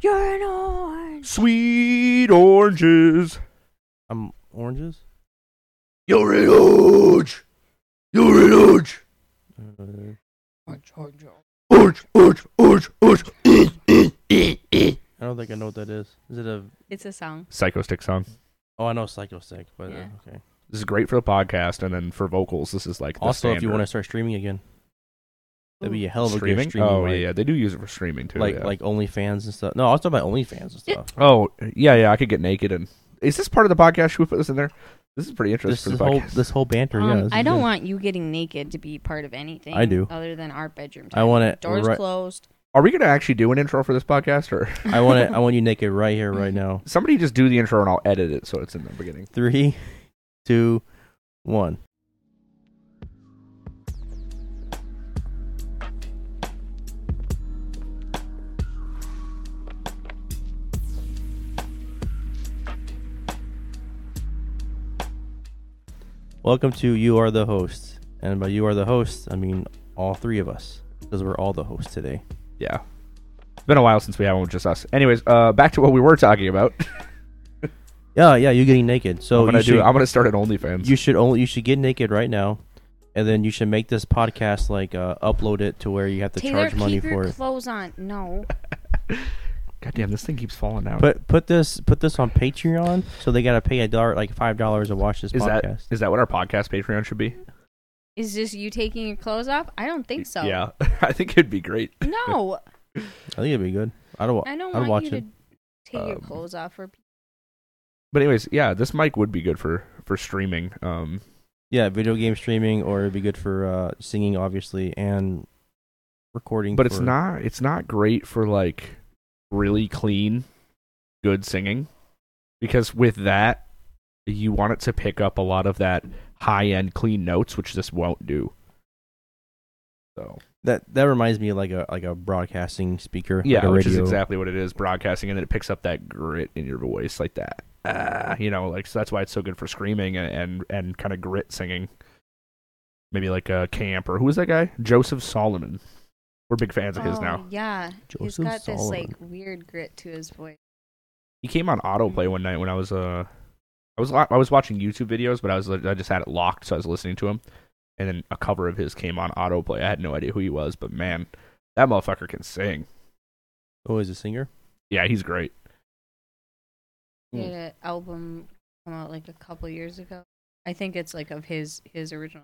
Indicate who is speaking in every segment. Speaker 1: You're an orange.
Speaker 2: Sweet oranges.
Speaker 3: I'm Um, oranges.
Speaker 2: You're an orange. You're an orange.
Speaker 3: Uh,
Speaker 1: Orange, orange, orange.
Speaker 2: Orange, orange, orange, orange.
Speaker 3: I don't think I know what that is. Is it a?
Speaker 1: It's a song.
Speaker 2: Psycho stick song.
Speaker 3: Oh, I know Psycho Sick, but uh,
Speaker 1: Yeah.
Speaker 3: okay.
Speaker 2: This is great for the podcast, and then for vocals, this is like the
Speaker 3: Also, if you
Speaker 2: standard.
Speaker 3: want to start streaming again, that'd be a hell of a
Speaker 2: streaming.
Speaker 3: good streaming.
Speaker 2: oh
Speaker 3: like,
Speaker 2: yeah, yeah, they do use it for streaming too.
Speaker 3: like
Speaker 2: yeah.
Speaker 3: like OnlyFans and stuff. No, I was talking about OnlyFans and
Speaker 1: Yeah.
Speaker 3: stuff.
Speaker 2: oh yeah, yeah, I could get naked and is this part of the podcast? Should we put this in there? This is pretty
Speaker 3: This,
Speaker 2: interesting
Speaker 3: this
Speaker 2: for the
Speaker 3: whole
Speaker 2: podcast.
Speaker 3: this whole banter.
Speaker 1: Um,
Speaker 3: yeah, this
Speaker 1: I
Speaker 3: is
Speaker 1: don't
Speaker 3: good.
Speaker 1: want you getting naked to be part of anything.
Speaker 3: I do.
Speaker 1: Other than our bedroom.
Speaker 3: I want it.
Speaker 1: Doors
Speaker 3: Right,
Speaker 1: closed.
Speaker 2: Are we gonna actually do an intro for this podcast, or
Speaker 3: I want it. I want you naked right here, right now.
Speaker 2: somebody just do the intro and I'll edit it so it's in the beginning?
Speaker 3: Three, two, one. Welcome to You Are the Host. And by You Are the Host, I mean all three of us, because we're all the hosts today.
Speaker 2: Yeah, it's been a while since we had one with just us. Anyways, uh, back to what we were talking about.
Speaker 3: Yeah, yeah, you getting naked. So
Speaker 2: I'm gonna
Speaker 3: you
Speaker 2: do.
Speaker 3: should-
Speaker 2: I'm gonna start an OnlyFans.
Speaker 3: you should only you should get naked right now and then you should make this podcast like uh, upload it to where you have to
Speaker 1: Taylor,
Speaker 3: charge money
Speaker 1: keep your
Speaker 3: for it
Speaker 1: clothes on. No.
Speaker 2: God damn, this thing keeps falling out.
Speaker 3: put put this put this on patreon so they gotta pay a dollar like five dollars to watch this
Speaker 2: is that
Speaker 3: podcast
Speaker 2: is that what our podcast Patreon should be?
Speaker 1: Is this you taking your clothes off? I don't think so.
Speaker 2: Yeah, I think it'd be great.
Speaker 1: No.
Speaker 3: i think it'd be good i don't wa-
Speaker 1: I don't
Speaker 3: I'd
Speaker 1: want
Speaker 3: watch
Speaker 1: you
Speaker 3: it
Speaker 1: to take your
Speaker 2: Um,
Speaker 1: clothes off for people.
Speaker 2: But anyways, yeah, this mic would be good for for streaming. Um,
Speaker 3: yeah video game streaming or it'd be good for uh singing obviously and recording
Speaker 2: but it's
Speaker 3: for-
Speaker 2: not it's not great for like really clean, good singing, because with that, you want it to pick up a lot of that high end clean notes, which this won't do. So
Speaker 3: that that reminds me of like a like a broadcasting speaker
Speaker 2: yeah,
Speaker 3: like a
Speaker 2: which is
Speaker 3: radio.
Speaker 2: exactly what it is broadcasting, and then it picks up that grit in your voice like that. Ah, you know, like so that's why it's so good for screaming and and, and kind of grit singing. Maybe like a camp or who was that guy? Joseph Solomon. We're big fans of his
Speaker 1: Oh,
Speaker 2: now.
Speaker 1: Yeah. He's
Speaker 3: Joseph
Speaker 1: got this
Speaker 3: Solomon.
Speaker 1: like weird grit to his voice.
Speaker 2: He came on autoplay one night when I was uh, I was lo- I was watching YouTube videos, but I was I just had it locked, so I was listening to him, and then a cover of his came on autoplay. I had no idea who he was, but man, that motherfucker can sing.
Speaker 3: oh is a singer
Speaker 2: Yeah, he's great.
Speaker 1: He
Speaker 2: Hmm.
Speaker 1: had an album come out like a couple years ago. I think it's like of his his original.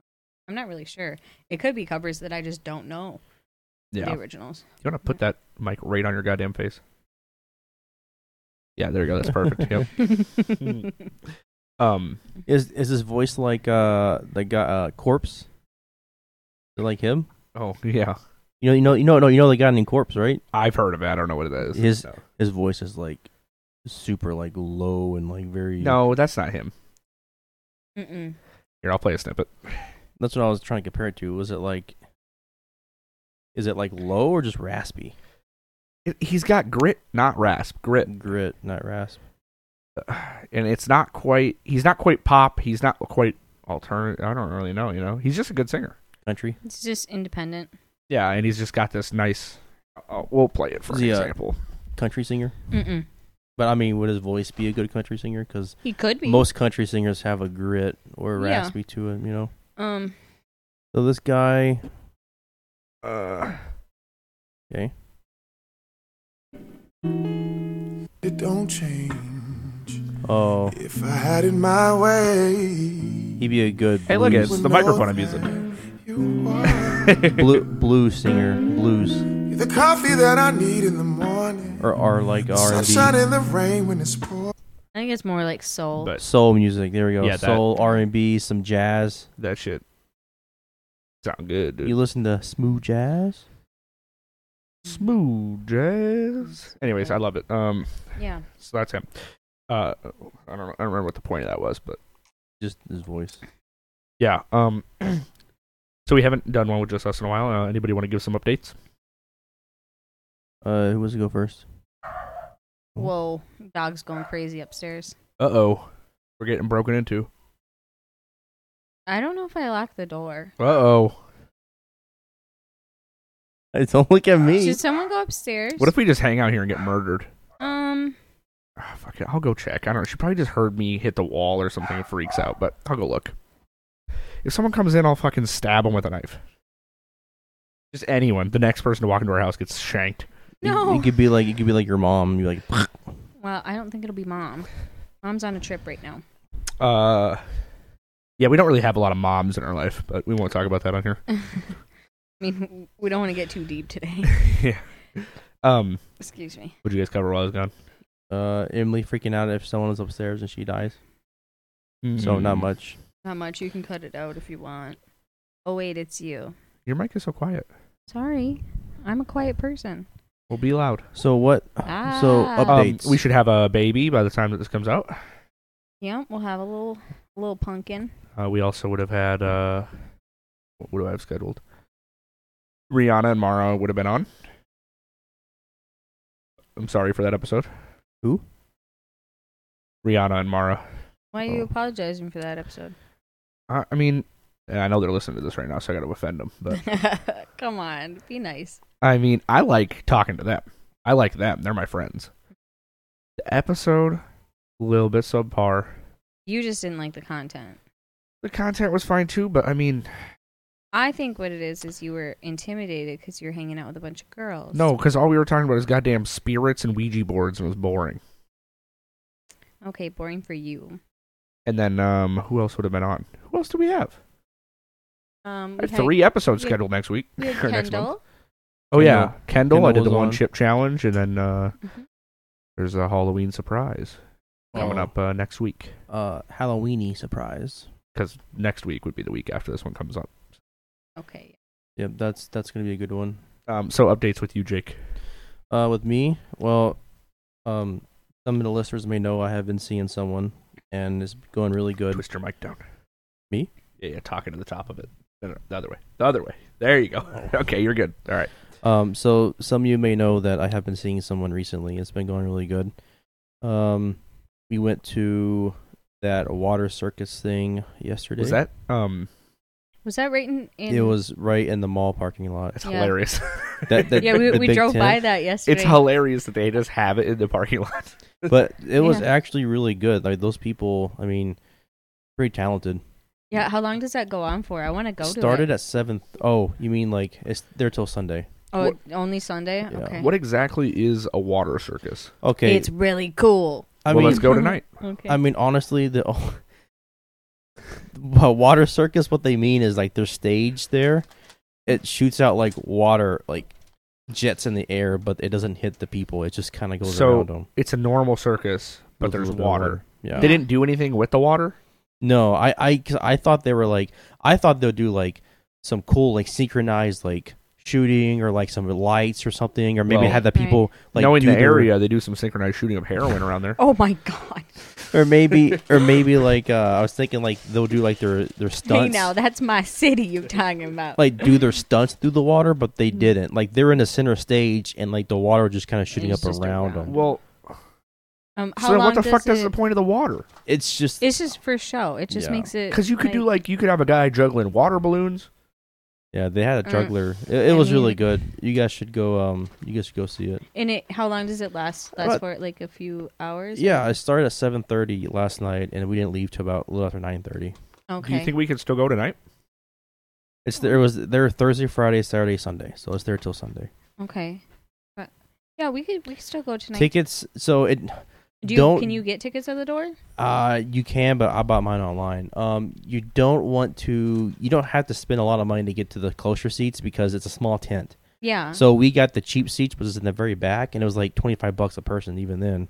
Speaker 1: I'm not really sure. It could be covers that I just don't know.
Speaker 2: Yeah,
Speaker 1: The originals.
Speaker 2: You want to put that mic right on your goddamn face? Yeah, there you go. That's perfect. yep. Um,
Speaker 3: Is is his voice like uh the guy uh corpse? Like him?
Speaker 2: oh yeah,
Speaker 3: You know you know you know no you know the guy named Corpse, right?
Speaker 2: I've heard of it. I don't know what it is.
Speaker 3: His-
Speaker 2: no,
Speaker 3: His voice is like super like low and like very
Speaker 2: No, that's not him.
Speaker 1: Mm-mm.
Speaker 2: Here, I'll play a snippet.
Speaker 3: That's what I was trying to compare it to. Was it like is it like low or just raspy?
Speaker 2: It- He's got grit, not rasp. Grit,
Speaker 3: Grit, not rasp.
Speaker 2: and it's not quite. He's not quite pop. He's not quite alternative. I don't really know. You know, he's just a good singer.
Speaker 3: Country.
Speaker 1: It's just independent.
Speaker 2: Yeah, and he's just got this nice. Oh, we'll play it for an
Speaker 3: Yeah.
Speaker 2: example.
Speaker 3: Country singer.
Speaker 1: Mm-mm.
Speaker 3: But I mean, would his voice be a good country singer? Because
Speaker 1: He could be.
Speaker 3: most country singers have a grit or
Speaker 1: Yeah.
Speaker 3: raspy to it, you know.
Speaker 1: um.
Speaker 3: So this guy,
Speaker 2: Uh,
Speaker 3: okay,
Speaker 4: It don't change.
Speaker 3: oh,
Speaker 4: If I had it my way.
Speaker 3: he'd be a good.
Speaker 2: Hey, look,
Speaker 3: blues-
Speaker 2: It's the microphone I'm using.
Speaker 4: You are
Speaker 3: blue blues singer blues
Speaker 4: You're the coffee that I need in the morning.
Speaker 3: or are like R
Speaker 4: Sunshine
Speaker 3: and
Speaker 4: in the rain when it's pouring.
Speaker 1: I think it's more like soul.
Speaker 3: B
Speaker 2: But-
Speaker 3: soul music. There we go.
Speaker 2: Yeah, that-
Speaker 3: soul R and B, some jazz.
Speaker 2: that shit sound good, dude.
Speaker 3: You listen to smooth jazz.
Speaker 2: smooth jazz. Anyways, I love it. Um,
Speaker 1: yeah.
Speaker 2: So that's him. Uh, I don't know, I don't remember what the point of that was, but
Speaker 3: Just his voice.
Speaker 2: yeah. Um, so we haven't done one with just us in a while. Uh, anybody want to give some updates?
Speaker 3: Uh, who wants to go first?
Speaker 1: Whoa, dog's going crazy upstairs.
Speaker 2: Uh oh, we're getting broken into.
Speaker 1: I don't know if I locked the door.
Speaker 2: Uh oh.
Speaker 3: Hey, Don't look at me.
Speaker 1: Should someone go Um, upstairs?
Speaker 2: What if we just hang out here and get murdered? Ah, fuck it. I'll go check. I don't know. She probably just heard me hit the wall or something and freaks out, but I'll go look. If someone comes in, I'll fucking stab them with a knife. Just anyone. The next person to walk into our house gets shanked.
Speaker 3: You-
Speaker 1: No.
Speaker 3: You, could be like you could be like your mom. You like
Speaker 1: Well, I don't think it'll be mom. Mom's on a trip right now.
Speaker 2: Uh, yeah, we don't really have a lot of moms in our life, but we won't talk about that on here.
Speaker 1: I mean, we don't want to get too deep today.
Speaker 2: yeah. Um,
Speaker 1: Excuse me.
Speaker 2: would you guys cover while I was gone?
Speaker 3: uh, Emily freaking out if someone is upstairs and she dies. So
Speaker 2: Mm.
Speaker 3: not much.
Speaker 1: Not much. You can cut it out if you want. Oh wait, it's you.
Speaker 2: Your mic is so quiet.
Speaker 1: Sorry, I'm a quiet person.
Speaker 2: We'll be loud.
Speaker 3: So what?
Speaker 1: Ah.
Speaker 3: So
Speaker 1: Um,
Speaker 2: Um,
Speaker 3: updates.
Speaker 2: we should have a baby by the time that this comes out.
Speaker 1: Yeah, we'll have a little, little pumpkin.
Speaker 2: Uh, we also would have had. Uh, what do I have scheduled? Rihanna and Mara would have been on. I'm sorry for that episode.
Speaker 3: Who?
Speaker 2: Rihanna and Mara.
Speaker 1: Why are you
Speaker 2: Oh.
Speaker 1: apologizing for that episode?
Speaker 2: I, I mean, and I know they're listening to this right now, so I got to offend them. But
Speaker 1: Come on, be nice.
Speaker 2: I mean, I like talking to them. I like them. They're my friends. The episode, a little bit subpar.
Speaker 1: You just didn't like the content.
Speaker 2: The content was fine too, but I mean,
Speaker 1: I think what it is is you were intimidated because you were hanging out with a bunch of girls.
Speaker 2: no, because all we were talking about is goddamn spirits and Ouija boards, and it was boring.
Speaker 1: Okay, boring for you.
Speaker 2: And then um, who else would have been on? Who else do we have?
Speaker 1: Um,
Speaker 2: I
Speaker 1: we
Speaker 2: have
Speaker 1: had-
Speaker 2: three episodes
Speaker 1: we had-
Speaker 2: scheduled next week
Speaker 1: we had
Speaker 2: or next month.
Speaker 1: Kendall.
Speaker 2: Oh yeah, Kendall. I did
Speaker 3: Kendall
Speaker 2: the
Speaker 3: was
Speaker 2: one
Speaker 3: on.
Speaker 2: chip challenge, and then uh,
Speaker 1: Mhm.
Speaker 2: there's a Halloween surprise coming
Speaker 3: Oh.
Speaker 2: up uh, next week.
Speaker 3: uh Halloweeny surprise.
Speaker 2: Because next week would be the week after this one comes up.
Speaker 1: Okay.
Speaker 3: Yep, that's that's gonna be a good one.
Speaker 2: Um, so updates with you, Jake.
Speaker 3: Uh, with me, well, um, some of the listeners may know I have been seeing someone, and it's going really good.
Speaker 2: Twist your mic down.
Speaker 3: Me?
Speaker 2: Yeah, yeah, talking to the top of it. No, no, the other way. The other way. There you go. okay, you're good. All right.
Speaker 3: Um, so some of you may know that I have been seeing someone recently. It's been going really good. Um, we went to that water circus thing yesterday.
Speaker 2: Was that um?
Speaker 1: Was that right in? in
Speaker 3: It was right in the mall parking lot.
Speaker 2: It's
Speaker 1: Yeah.
Speaker 2: hilarious.
Speaker 3: That- that-
Speaker 1: Yeah, we,
Speaker 3: the
Speaker 1: we
Speaker 3: big
Speaker 1: drove
Speaker 3: tent.
Speaker 1: by that yesterday.
Speaker 2: it's hilarious that they just have it in the parking lot.
Speaker 3: But it was
Speaker 1: Yeah.
Speaker 3: actually really good. Like those people, I mean, pretty talented.
Speaker 1: Yeah, how long does that go on for? I want to go to
Speaker 3: Started
Speaker 1: it.
Speaker 3: at seventh. Oh, you mean like it's there till Sunday?
Speaker 1: Oh,
Speaker 2: What-
Speaker 1: only Sunday.
Speaker 3: Yeah.
Speaker 1: Okay.
Speaker 2: What exactly is a water circus?
Speaker 3: Okay,
Speaker 1: It's really cool.
Speaker 3: I
Speaker 2: well,
Speaker 3: mean,
Speaker 2: let's go tonight.
Speaker 1: Okay.
Speaker 3: I mean, honestly, the oh, well, water circus. What they mean is like their stage there, it shoots out like water, like jets in the air, but it doesn't hit the people. It just kind of goes
Speaker 2: So,
Speaker 3: around them.
Speaker 2: It's a normal circus, but there's water.
Speaker 3: Yeah.
Speaker 2: They didn't do anything with the water.
Speaker 3: no, I, I, 'cause I thought they were like, I thought they'll do like some cool, like synchronized, like shooting or like some lights or something, or maybe
Speaker 2: Well-
Speaker 3: have the
Speaker 1: Right.
Speaker 3: people like
Speaker 2: Knowing
Speaker 3: do
Speaker 2: the
Speaker 3: their-
Speaker 2: area, they do some synchronized shooting of heroin around there.
Speaker 1: oh my god.
Speaker 3: or maybe, or maybe like uh, I was thinking like they'll do like their their stunts.
Speaker 1: Hey, now that's my city you're talking about.
Speaker 3: like do their stunts through the water, but they didn't. Like they're in the center stage, and like the water was just kind of shooting
Speaker 1: It's
Speaker 3: up
Speaker 1: just around.
Speaker 3: around them.
Speaker 2: Well,
Speaker 1: um, how
Speaker 2: so then
Speaker 1: long
Speaker 2: what the fuck
Speaker 1: does
Speaker 2: is
Speaker 1: it,
Speaker 2: the point of the water?
Speaker 3: It's just
Speaker 1: It's just for show. It just
Speaker 3: Yeah.
Speaker 1: makes it
Speaker 2: Because you could do like you could have a guy juggling water balloons.
Speaker 3: yeah, they had a
Speaker 1: Mm.
Speaker 3: juggler. It, it
Speaker 1: I
Speaker 3: was really
Speaker 1: mean-
Speaker 3: good. You guys should go. Um, you guys should go see it.
Speaker 1: And it how long does it last? Last
Speaker 3: About-
Speaker 1: for like a few hours.
Speaker 3: Yeah, I started at seven thirty last night, and we didn't leave till about a little after nine thirty.
Speaker 1: Okay.
Speaker 2: Do you think we could still go tonight?
Speaker 3: It's there it was there Thursday, Friday, Saturday, Sunday, so it's there till Sunday.
Speaker 1: okay. But, yeah, we could we could still go tonight.
Speaker 3: Tickets, so it
Speaker 1: do you,
Speaker 3: don't-
Speaker 1: can you get tickets at the door?
Speaker 3: Uh, you can, but I bought mine online. Um, you don't want to, you don't have to spend a lot of money to get to the closer seats because it's a small tent.
Speaker 1: Yeah.
Speaker 3: So we got the cheap seats, but it's in the very back, and it was like twenty five bucks a person. Even then,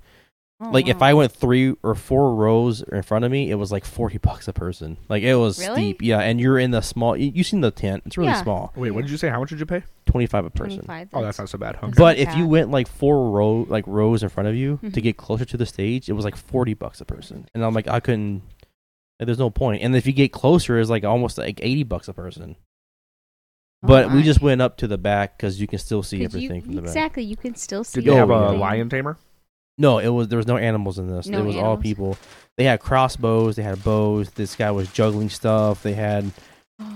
Speaker 1: Oh,
Speaker 3: like if
Speaker 1: wow.
Speaker 3: I went three or four rows in front of me, it was like forty bucks a person. Like it was
Speaker 1: Really?
Speaker 3: steep, yeah. And you're in the small. You, you seen the tent? It's really
Speaker 1: Yeah.
Speaker 3: small,
Speaker 2: Wait, what did you say? How much did you pay?
Speaker 3: twenty five a person.
Speaker 1: 25,
Speaker 2: Oh, that's not so bad. huh?
Speaker 1: that's-
Speaker 3: But
Speaker 1: Not
Speaker 3: if you
Speaker 1: bad.
Speaker 3: went like four row like rows in front of you to
Speaker 1: Mhm.
Speaker 3: get closer to the stage, it was like forty bucks a person, and I'm like I couldn't. like, there's no point. And if you get closer, it's like almost like eighty bucks a person.
Speaker 1: Oh
Speaker 3: But we
Speaker 1: my.
Speaker 3: just went up to the back because you can still see
Speaker 1: 'Cause you-
Speaker 3: everything from the back.
Speaker 1: Exactly, you can still see.
Speaker 2: Did they have a
Speaker 1: everything.
Speaker 2: lion tamer?
Speaker 3: No, it was there was no animals in this.
Speaker 1: No
Speaker 3: it was all
Speaker 1: animals.
Speaker 3: people. They had crossbows, they had bows. This guy was juggling stuff. They had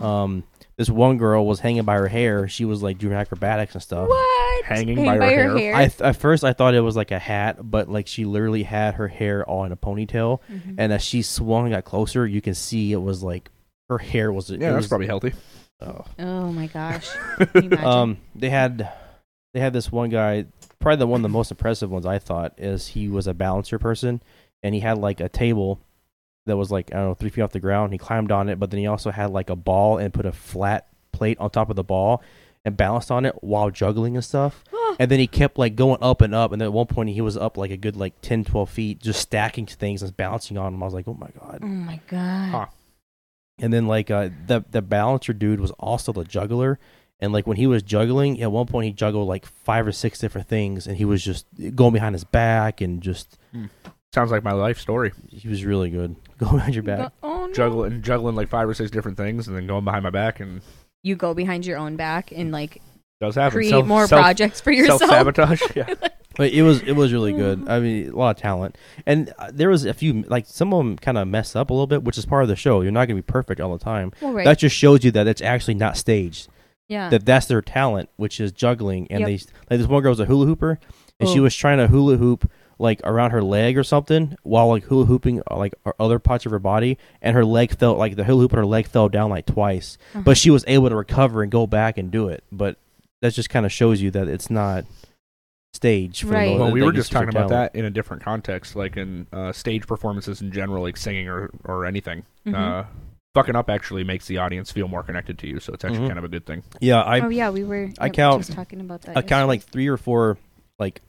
Speaker 3: um this one girl was hanging by her hair. She was like doing acrobatics and stuff.
Speaker 1: What?
Speaker 2: Hanging by her hair.
Speaker 3: I th- at first I thought it was like a hat, but like she literally had her hair all in a ponytail,
Speaker 1: Mhm.
Speaker 3: and as she swung and got closer, you can see it was like her hair was. it
Speaker 2: Yeah, that's
Speaker 3: was-
Speaker 2: probably healthy.
Speaker 3: oh.
Speaker 1: oh my gosh. Can you imagine?
Speaker 3: Um, they had they had this one guy. Probably the one of the most impressive ones I thought is he was a balancer person, and he had like a table that was like I don't know three feet off the ground. He climbed on it, but then he also had like a ball and put a flat plate on top of the ball and balanced on it while juggling and stuff.
Speaker 1: Oh,
Speaker 3: And then he kept like going up and up, and then at one point he was up like a good like 10, 12 feet, just stacking things and balancing on them. I was like, oh my god.
Speaker 1: oh my god.
Speaker 2: Huh.
Speaker 3: And then like uh, the the balancer dude was also the juggler, and like when he was juggling, at one point he juggled like five or six different things, and he was just going behind his back and just
Speaker 2: Sounds like my life story.
Speaker 3: he was really good. Go behind your back.
Speaker 1: Go- oh no.
Speaker 2: Juggling, juggling like five or six different things, and then going behind my back, and
Speaker 1: You go behind your own back and like
Speaker 2: does happen.
Speaker 1: create
Speaker 2: Self-
Speaker 1: more
Speaker 2: self-
Speaker 1: projects for yourself.
Speaker 2: Self-sabotage. Yeah.
Speaker 3: But it was it was really good. I mean, a lot of talent, and uh, there was a few like some of them kind of mess up a little bit, which is part of the show. You're not gonna be perfect all the time.
Speaker 1: Well, right.
Speaker 3: That just shows you that it's actually not staged.
Speaker 1: Oh, yeah.
Speaker 3: that that's their talent, which is juggling. And
Speaker 1: Yep.
Speaker 3: they like this one girl was a hula hooper, and she
Speaker 1: Oh.
Speaker 3: was trying to hula hoop like around her leg or something while like hula hooping uh, like her other parts of her body, and her leg fell like the hula hoop and her leg fell down like twice,
Speaker 1: Uh-huh.
Speaker 3: but she was able to recover and go back and do it. But that just kind of shows you that it's not staged. For the
Speaker 1: Right.
Speaker 3: most-
Speaker 2: Well, we
Speaker 3: that
Speaker 2: were
Speaker 3: it's
Speaker 2: just talking
Speaker 3: your
Speaker 2: about
Speaker 3: talent.
Speaker 2: that in a different context, like in uh, stage performances in general, like singing or, or anything.
Speaker 1: Mhm.
Speaker 2: Uh, fucking up actually makes the audience feel more connected to you, so it's actually
Speaker 3: Mhm.
Speaker 2: kind of a good thing.
Speaker 3: Yeah, I
Speaker 1: oh yeah, we were.
Speaker 3: I
Speaker 1: I
Speaker 3: count-
Speaker 1: Just talking about that.
Speaker 3: I counted like three or four like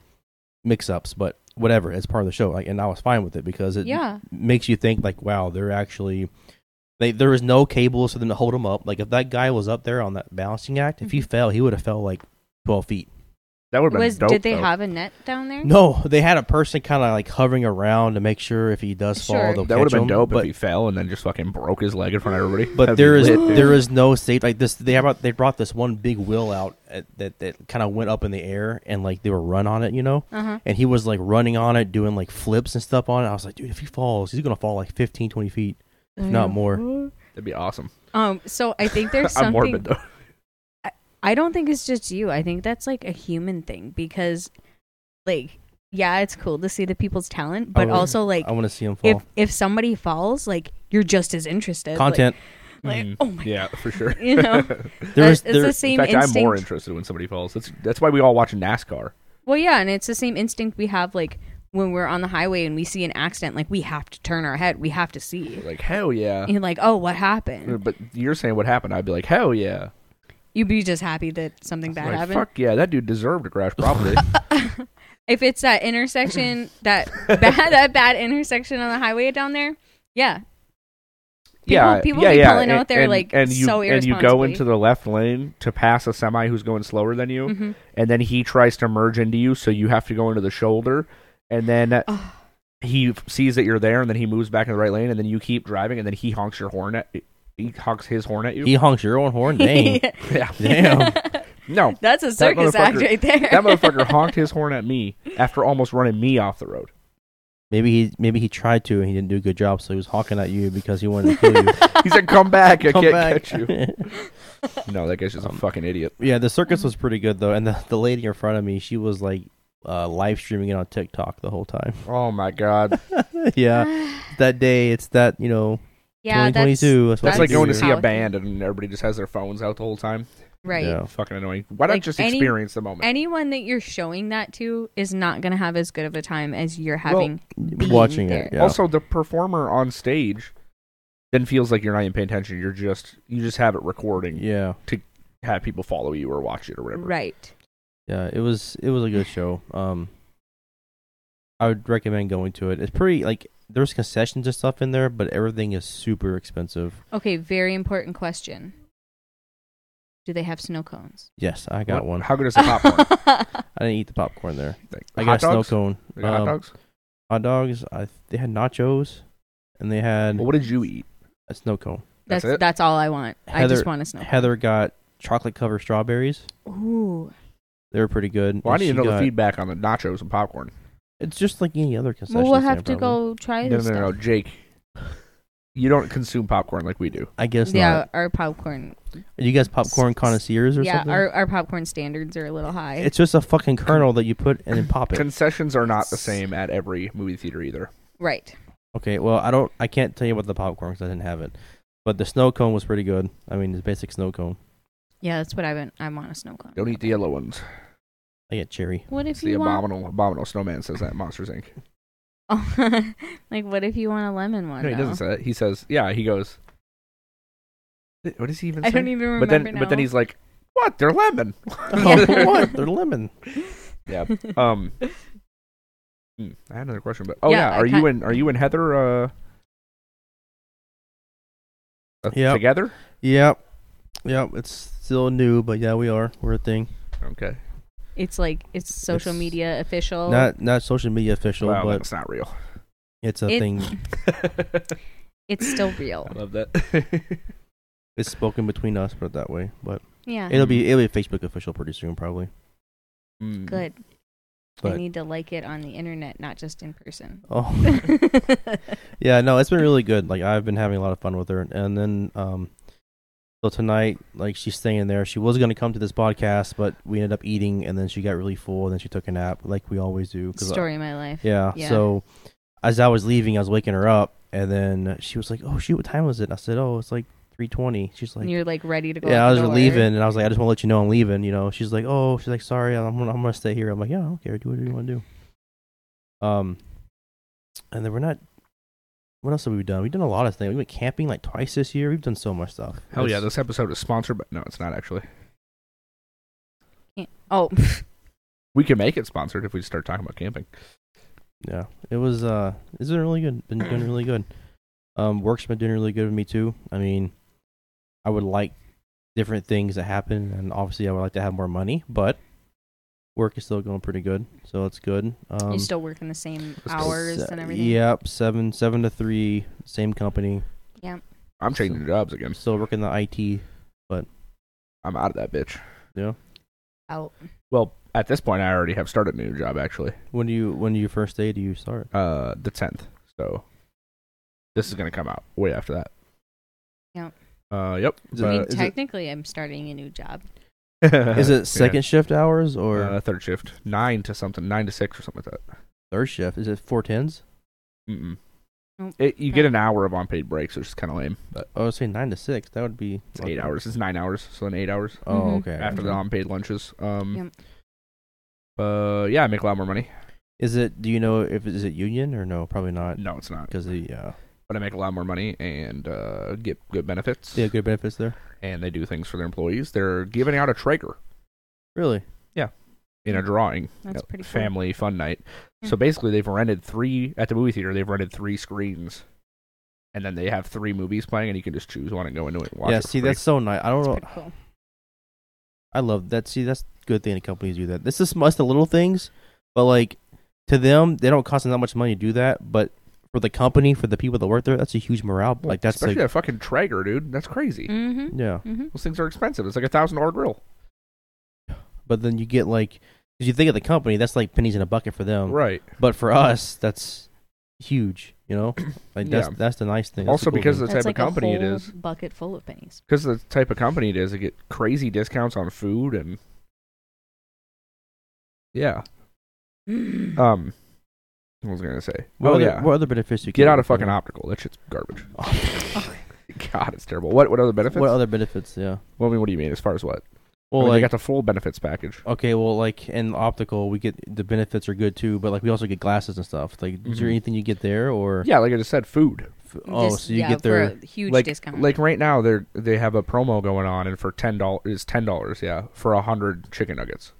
Speaker 3: mix ups, but whatever, it's part of the show. Like, and I was fine with it because it
Speaker 1: yeah.
Speaker 3: makes you think like, wow, they're actually they there was no cables for them to hold him up. Like if that guy was up there on that balancing act,
Speaker 1: Mm-hmm.
Speaker 3: if he fell, he would have fell like twelve feet.
Speaker 2: That would have been
Speaker 1: Was
Speaker 2: dope.
Speaker 1: did they
Speaker 2: though.
Speaker 1: have a net down there?
Speaker 3: No, they had a person kind of like hovering around to make sure if he does fall,
Speaker 1: Sure.
Speaker 3: they'll
Speaker 2: That would
Speaker 3: catch
Speaker 2: have been
Speaker 3: him.
Speaker 2: dope if
Speaker 3: But,
Speaker 2: he fell and then just fucking broke his leg in front of everybody.
Speaker 3: but
Speaker 2: That'd
Speaker 3: there
Speaker 2: be
Speaker 3: is
Speaker 2: lit, dude.
Speaker 3: there is no safe. Like this, they about they brought this one big wheel out at, that that kind of went up in the air and like they were run on it, you know.
Speaker 1: Uh huh.
Speaker 3: And he was like running on it, doing like flips and stuff on it. I was like, dude, if he falls, he's gonna fall like 15, 20 feet. not
Speaker 1: Mm.
Speaker 3: more.
Speaker 2: That'd be awesome.
Speaker 1: Um. So I think there's
Speaker 2: I'm
Speaker 1: something.
Speaker 2: morbid though.
Speaker 1: I don't think it's just you. I think that's like a human thing because, like, yeah, it's cool to see the people's talent, but
Speaker 3: would-
Speaker 1: also like
Speaker 3: I want to see him fall.
Speaker 1: if if somebody falls, like you're just as interested. like-
Speaker 3: Content.
Speaker 1: Like,
Speaker 2: Mhm.
Speaker 1: oh my
Speaker 2: yeah, for sure.
Speaker 1: You know,
Speaker 3: there
Speaker 1: That-
Speaker 3: was
Speaker 1: it's
Speaker 3: there,
Speaker 1: the same
Speaker 2: in fact,
Speaker 1: instinct.
Speaker 2: I'm more interested when somebody falls. That's that's why we all watch NASCAR.
Speaker 1: Well, yeah, and it's the same instinct we have like when we're on the highway and we see an accident, like we have to turn our head, we have to see.
Speaker 2: Like hell yeah.
Speaker 1: And like, oh, what happened?
Speaker 2: But you're saying what happened? I'd be like hell yeah.
Speaker 1: You'd be just happy that something bad
Speaker 2: Like,
Speaker 1: happened.
Speaker 2: Fuck yeah, that dude deserved to crash properly.
Speaker 1: If it's that intersection, that bad, that bad intersection on the highway down there, yeah,
Speaker 2: yeah,
Speaker 1: people
Speaker 2: yeah,
Speaker 1: be
Speaker 2: yeah.
Speaker 1: pulling
Speaker 2: and,
Speaker 1: out there,
Speaker 2: and-
Speaker 1: like,
Speaker 2: and you
Speaker 1: so
Speaker 2: and you go
Speaker 1: irresponsibly.
Speaker 2: into the left lane to pass a semi who's going slower than you,
Speaker 1: Mhm.
Speaker 2: and then he tries to merge into you, so you have to go into the shoulder, and then uh,
Speaker 1: Ugh.
Speaker 2: he f- sees that you're there, and then he moves back in the right lane, and then you keep driving, and then he honks your horn at he honks his horn at you.
Speaker 3: He honks your own horn. Dang.
Speaker 2: yeah,
Speaker 3: Damn.
Speaker 2: no,
Speaker 1: that's a circus act
Speaker 2: motherfucker-
Speaker 1: right there.
Speaker 2: that motherfucker honked his horn at me after almost running me off the road.
Speaker 3: Maybe he maybe he tried to and he didn't do a good job, so he was honking at you because he wanted to kill you.
Speaker 2: He said, "Come back, I
Speaker 3: Come
Speaker 2: can't
Speaker 3: back.
Speaker 2: catch you." No, that guy's just
Speaker 3: Um,
Speaker 2: a fucking idiot.
Speaker 3: yeah, the circus was pretty good though, and the, the lady in front of me, she was like uh, live streaming it on TikTok the whole time.
Speaker 2: Oh my god,
Speaker 3: yeah,
Speaker 2: uh,
Speaker 3: that day, it's that you know,
Speaker 1: yeah,
Speaker 3: twenty
Speaker 1: that's
Speaker 3: two. That's,
Speaker 2: that's
Speaker 3: what
Speaker 2: like
Speaker 3: we
Speaker 2: going to
Speaker 3: do.
Speaker 2: see
Speaker 1: How
Speaker 2: a
Speaker 1: it
Speaker 2: band and everybody just has their phones out the whole time.
Speaker 1: right.
Speaker 3: Yeah.
Speaker 2: Fucking annoying. Why not
Speaker 1: Like,
Speaker 2: just
Speaker 1: any-
Speaker 2: experience the moment?
Speaker 1: Anyone that you're showing that to is not going to have as good of a time as you're having. being
Speaker 3: watching
Speaker 1: there.
Speaker 3: it. Yeah.
Speaker 2: Also, the performer on stage then feels like you're not even paying attention. You're just you just have it recording.
Speaker 3: yeah,
Speaker 2: Have people follow you or watch it or whatever.
Speaker 1: right.
Speaker 3: yeah, it was it was a good show. Um, I would recommend going to it. It's pretty like there's concessions and stuff in there, but everything is super expensive.
Speaker 1: Okay, very important question. Do they have snow cones?
Speaker 3: Yes, I got
Speaker 2: What-
Speaker 3: one.
Speaker 2: How good is the popcorn?
Speaker 3: I didn't eat the popcorn there.
Speaker 2: Like,
Speaker 3: I
Speaker 2: hot
Speaker 3: got a snow
Speaker 2: dogs.
Speaker 3: cone.
Speaker 2: They got hot
Speaker 3: Um,
Speaker 2: dogs.
Speaker 3: Hot dogs. I, they had nachos, and they had
Speaker 2: Well, what did you eat?
Speaker 3: a snow cone.
Speaker 1: that's
Speaker 2: That's
Speaker 1: that's,
Speaker 2: it?
Speaker 1: all I want. I
Speaker 3: Heather-
Speaker 1: just want a snow. cone.
Speaker 3: Heather got chocolate covered strawberries.
Speaker 1: Ooh.
Speaker 3: They were pretty good.
Speaker 2: Well, I
Speaker 3: and
Speaker 2: need to
Speaker 3: she
Speaker 2: know
Speaker 3: got-
Speaker 2: the feedback on the nachos and popcorn.
Speaker 3: It's just like any other concession.
Speaker 1: Well, we'll
Speaker 3: stand,
Speaker 1: have to
Speaker 3: probably.
Speaker 1: go try
Speaker 2: No,
Speaker 1: this.
Speaker 2: no, no, no, Jake. You don't consume popcorn like we do.
Speaker 3: I guess
Speaker 1: yeah,
Speaker 3: not.
Speaker 1: our popcorn.
Speaker 3: Are you guys popcorn connoisseurs or
Speaker 1: Yeah,
Speaker 3: something?
Speaker 1: our, our popcorn standards are a little high.
Speaker 3: it's just a fucking kernel that you put and then pop it.
Speaker 2: Concessions are not the same at every movie theater either.
Speaker 1: right.
Speaker 3: Okay, well, I don't, I can't tell you about the popcorn because I didn't have it, but the snow cone was pretty good. I mean, the basic snow cone.
Speaker 1: Yeah, that's what I've been. I'm on a snow cone.
Speaker 2: Don't eat the yellow ones.
Speaker 3: I get cherry.
Speaker 1: What if
Speaker 2: It's the
Speaker 1: you want?
Speaker 2: abominable abominable snowman says that in Monsters Inc.
Speaker 1: Oh, like, what if you want a lemon one?
Speaker 2: No, he
Speaker 1: though?
Speaker 2: doesn't say that. He says, "Yeah." He goes, "Th- "What does he even?"
Speaker 1: I
Speaker 2: say?
Speaker 1: don't even remember.
Speaker 2: But then, but then
Speaker 1: now.
Speaker 2: he's like, "What? They're lemon."
Speaker 1: Yeah.
Speaker 3: what? They're lemon.
Speaker 2: Yeah. Um, hmm, I had another question, but oh yeah,
Speaker 1: Yeah, I
Speaker 2: are you
Speaker 1: kind-
Speaker 2: and are you and Heather uh, uh,
Speaker 3: Yep.
Speaker 2: together?
Speaker 3: Yep, yep. It's still new, but yeah, we are. We're a thing.
Speaker 2: Okay.
Speaker 1: it's like it's social
Speaker 3: It's-
Speaker 1: media official.
Speaker 3: Not not social media official,
Speaker 2: Wow,
Speaker 3: but
Speaker 2: that's not real.
Speaker 3: it's a
Speaker 1: It-
Speaker 3: thing.
Speaker 1: It's still real.
Speaker 2: I love that.
Speaker 3: It's spoken between us, put it that way. But
Speaker 1: Yeah.
Speaker 3: it'll be it'll be Facebook official pretty soon, probably. Mm-hmm.
Speaker 2: Hmm.
Speaker 1: Good. I
Speaker 3: But-
Speaker 1: need to like it on the internet, not just in person.
Speaker 3: Oh, yeah. No, it's been really good. Like I've been having a lot of fun with her, and then um, so tonight, like she's staying there. She was gonna come to this podcast, but we ended up eating, and then she got really full, and then she took a nap, like we always do. 'cause I-
Speaker 1: Story of my life.
Speaker 3: Yeah.
Speaker 1: Yeah.
Speaker 3: So as I was leaving, I was waking her up, and then she was like, "Oh shoot, what time was it?" And I said, "Oh, it's like 3.20. She's like,
Speaker 1: and you're like ready to go.
Speaker 3: "Yeah, I
Speaker 1: out
Speaker 3: was
Speaker 1: the door.
Speaker 3: leaving," and I was like, "I just want to let you know I'm leaving." You know, she's like, "Oh, she's like, sorry, I'm gonna, I'm gonna stay here." I'm like, "Yeah, I don't care. Do whatever you want to do." Um, and then we're not. What else have we done? We've done a lot of things. We went camping like twice this year. We've done so much stuff.
Speaker 2: Hell yeah!
Speaker 3: It's-
Speaker 2: This episode is sponsored, but no, it's not actually.
Speaker 1: Oh,
Speaker 2: We can make it sponsored if we start talking about camping.
Speaker 3: Yeah, it was. Uh, it's been really good. Been doing really good. Um, work's been doing really good with me too. I mean, I would like different things that happen, and obviously, I would like to have more money, but work is still going pretty good, so it's good. Um,
Speaker 1: you still work in the same
Speaker 2: still-
Speaker 1: hours
Speaker 3: se-
Speaker 1: and everything.
Speaker 3: Yep, seven seven to three, same company.
Speaker 2: I'm changing jobs again.
Speaker 3: I'm still working the IT.
Speaker 2: I'm out of that bitch.
Speaker 1: Out.
Speaker 2: Well, at this point, I already have started a new job actually.
Speaker 3: When do you when do you first day do you start?
Speaker 2: Uh, the tenth. So this is gonna come out way after that.
Speaker 1: Yep.
Speaker 2: Uh, yep.
Speaker 3: Is
Speaker 1: I
Speaker 3: it-
Speaker 2: But-
Speaker 1: mean,
Speaker 3: is it-
Speaker 1: technically, I'm starting a new job.
Speaker 3: Is
Speaker 2: Uh, Yeah.
Speaker 3: it second shift hours or
Speaker 2: uh, third shift? Nine to something, nine to six or something like that.
Speaker 3: third shift? Is it four tens?
Speaker 2: Mm-mm.
Speaker 1: Nope.
Speaker 2: It, you get an hour of unpaid breaks, which is kind of lame, but
Speaker 3: Oh, I was saying nine to six. That would be
Speaker 2: it's eight hours. It's nine hours, so then eight hours
Speaker 3: Oh,
Speaker 1: Mhm.
Speaker 3: okay.
Speaker 2: after the unpaid lunches. Um,
Speaker 1: Yep.
Speaker 2: uh, yeah, I make a lot more money.
Speaker 3: Is it? Do you know if is it union or no? Probably not
Speaker 2: No, it's not,
Speaker 3: because the uh,
Speaker 2: but I make a lot more money and uh, get good benefits.
Speaker 3: they have good benefits there.
Speaker 2: And they do things for their employees. They're giving out a Traeger
Speaker 3: Really?
Speaker 2: in a drawing.
Speaker 1: That's
Speaker 2: uh,
Speaker 1: pretty Mm. cool.
Speaker 2: family fun night. So
Speaker 1: Mm.
Speaker 2: basically, they've rented three at the movie theater. They've rented three screens, and then they have three movies playing, and you can just choose one and go into it. And watch
Speaker 3: yeah.
Speaker 2: it for
Speaker 3: See,
Speaker 2: free.
Speaker 3: that's so nice. I don't
Speaker 1: That's
Speaker 3: know.
Speaker 1: pretty cool.
Speaker 3: I love that. See, that's a good thing that companies do that. This is must the little things, but like to them, they don't cost them that much money to do that. But for the company, for the people that work there, that's a huge morale.
Speaker 2: Well,
Speaker 3: like that's
Speaker 2: especially
Speaker 3: like
Speaker 2: that fucking Traeger, dude. That's crazy.
Speaker 1: Mm-hmm.
Speaker 3: yeah.
Speaker 1: Mm-hmm.
Speaker 2: Those things are expensive. It's like a thousand dollar grill,
Speaker 3: But then you get like because you think of the company, that's like pennies in a bucket for them.
Speaker 2: right?
Speaker 3: But for us, that's huge. You know, like that's
Speaker 2: Yeah.
Speaker 3: that's the nice thing. That's the
Speaker 2: Also,
Speaker 3: cool
Speaker 2: because
Speaker 3: thing.
Speaker 2: of the type
Speaker 1: That's like
Speaker 2: of company
Speaker 1: a
Speaker 2: it
Speaker 1: whole
Speaker 2: is,
Speaker 1: bucket full of pennies.
Speaker 2: because the type of company it is, they get crazy discounts on food and yeah.
Speaker 3: Uh,
Speaker 2: Um, what was I gonna say?
Speaker 3: what
Speaker 2: oh
Speaker 3: other,
Speaker 2: yeah,
Speaker 3: what other benefits you
Speaker 2: get
Speaker 3: can
Speaker 2: out
Speaker 3: get
Speaker 2: of
Speaker 3: for
Speaker 2: fucking
Speaker 3: them?
Speaker 2: optical. That shit's garbage. God, it's terrible. What what other benefits?
Speaker 3: What other benefits? Yeah.
Speaker 2: Well, I mean, what do you mean as far as what?
Speaker 3: Well,
Speaker 2: I mean,
Speaker 3: like
Speaker 2: they got the full benefits package.
Speaker 3: okay, well, like in optical, we get the benefits are good too, but like we also get glasses and stuff. Like, is there
Speaker 2: Mhm.
Speaker 3: anything you get there or?
Speaker 2: Yeah, like I just said, food.
Speaker 3: f- oh,
Speaker 1: Just-
Speaker 3: so you
Speaker 1: yeah,
Speaker 3: get
Speaker 1: for
Speaker 3: their
Speaker 1: a huge
Speaker 2: like
Speaker 1: discount.
Speaker 2: like right now they're they have a promo going on, and for ten dollars it's ten dollars. Yeah, for a hundred chicken nuggets.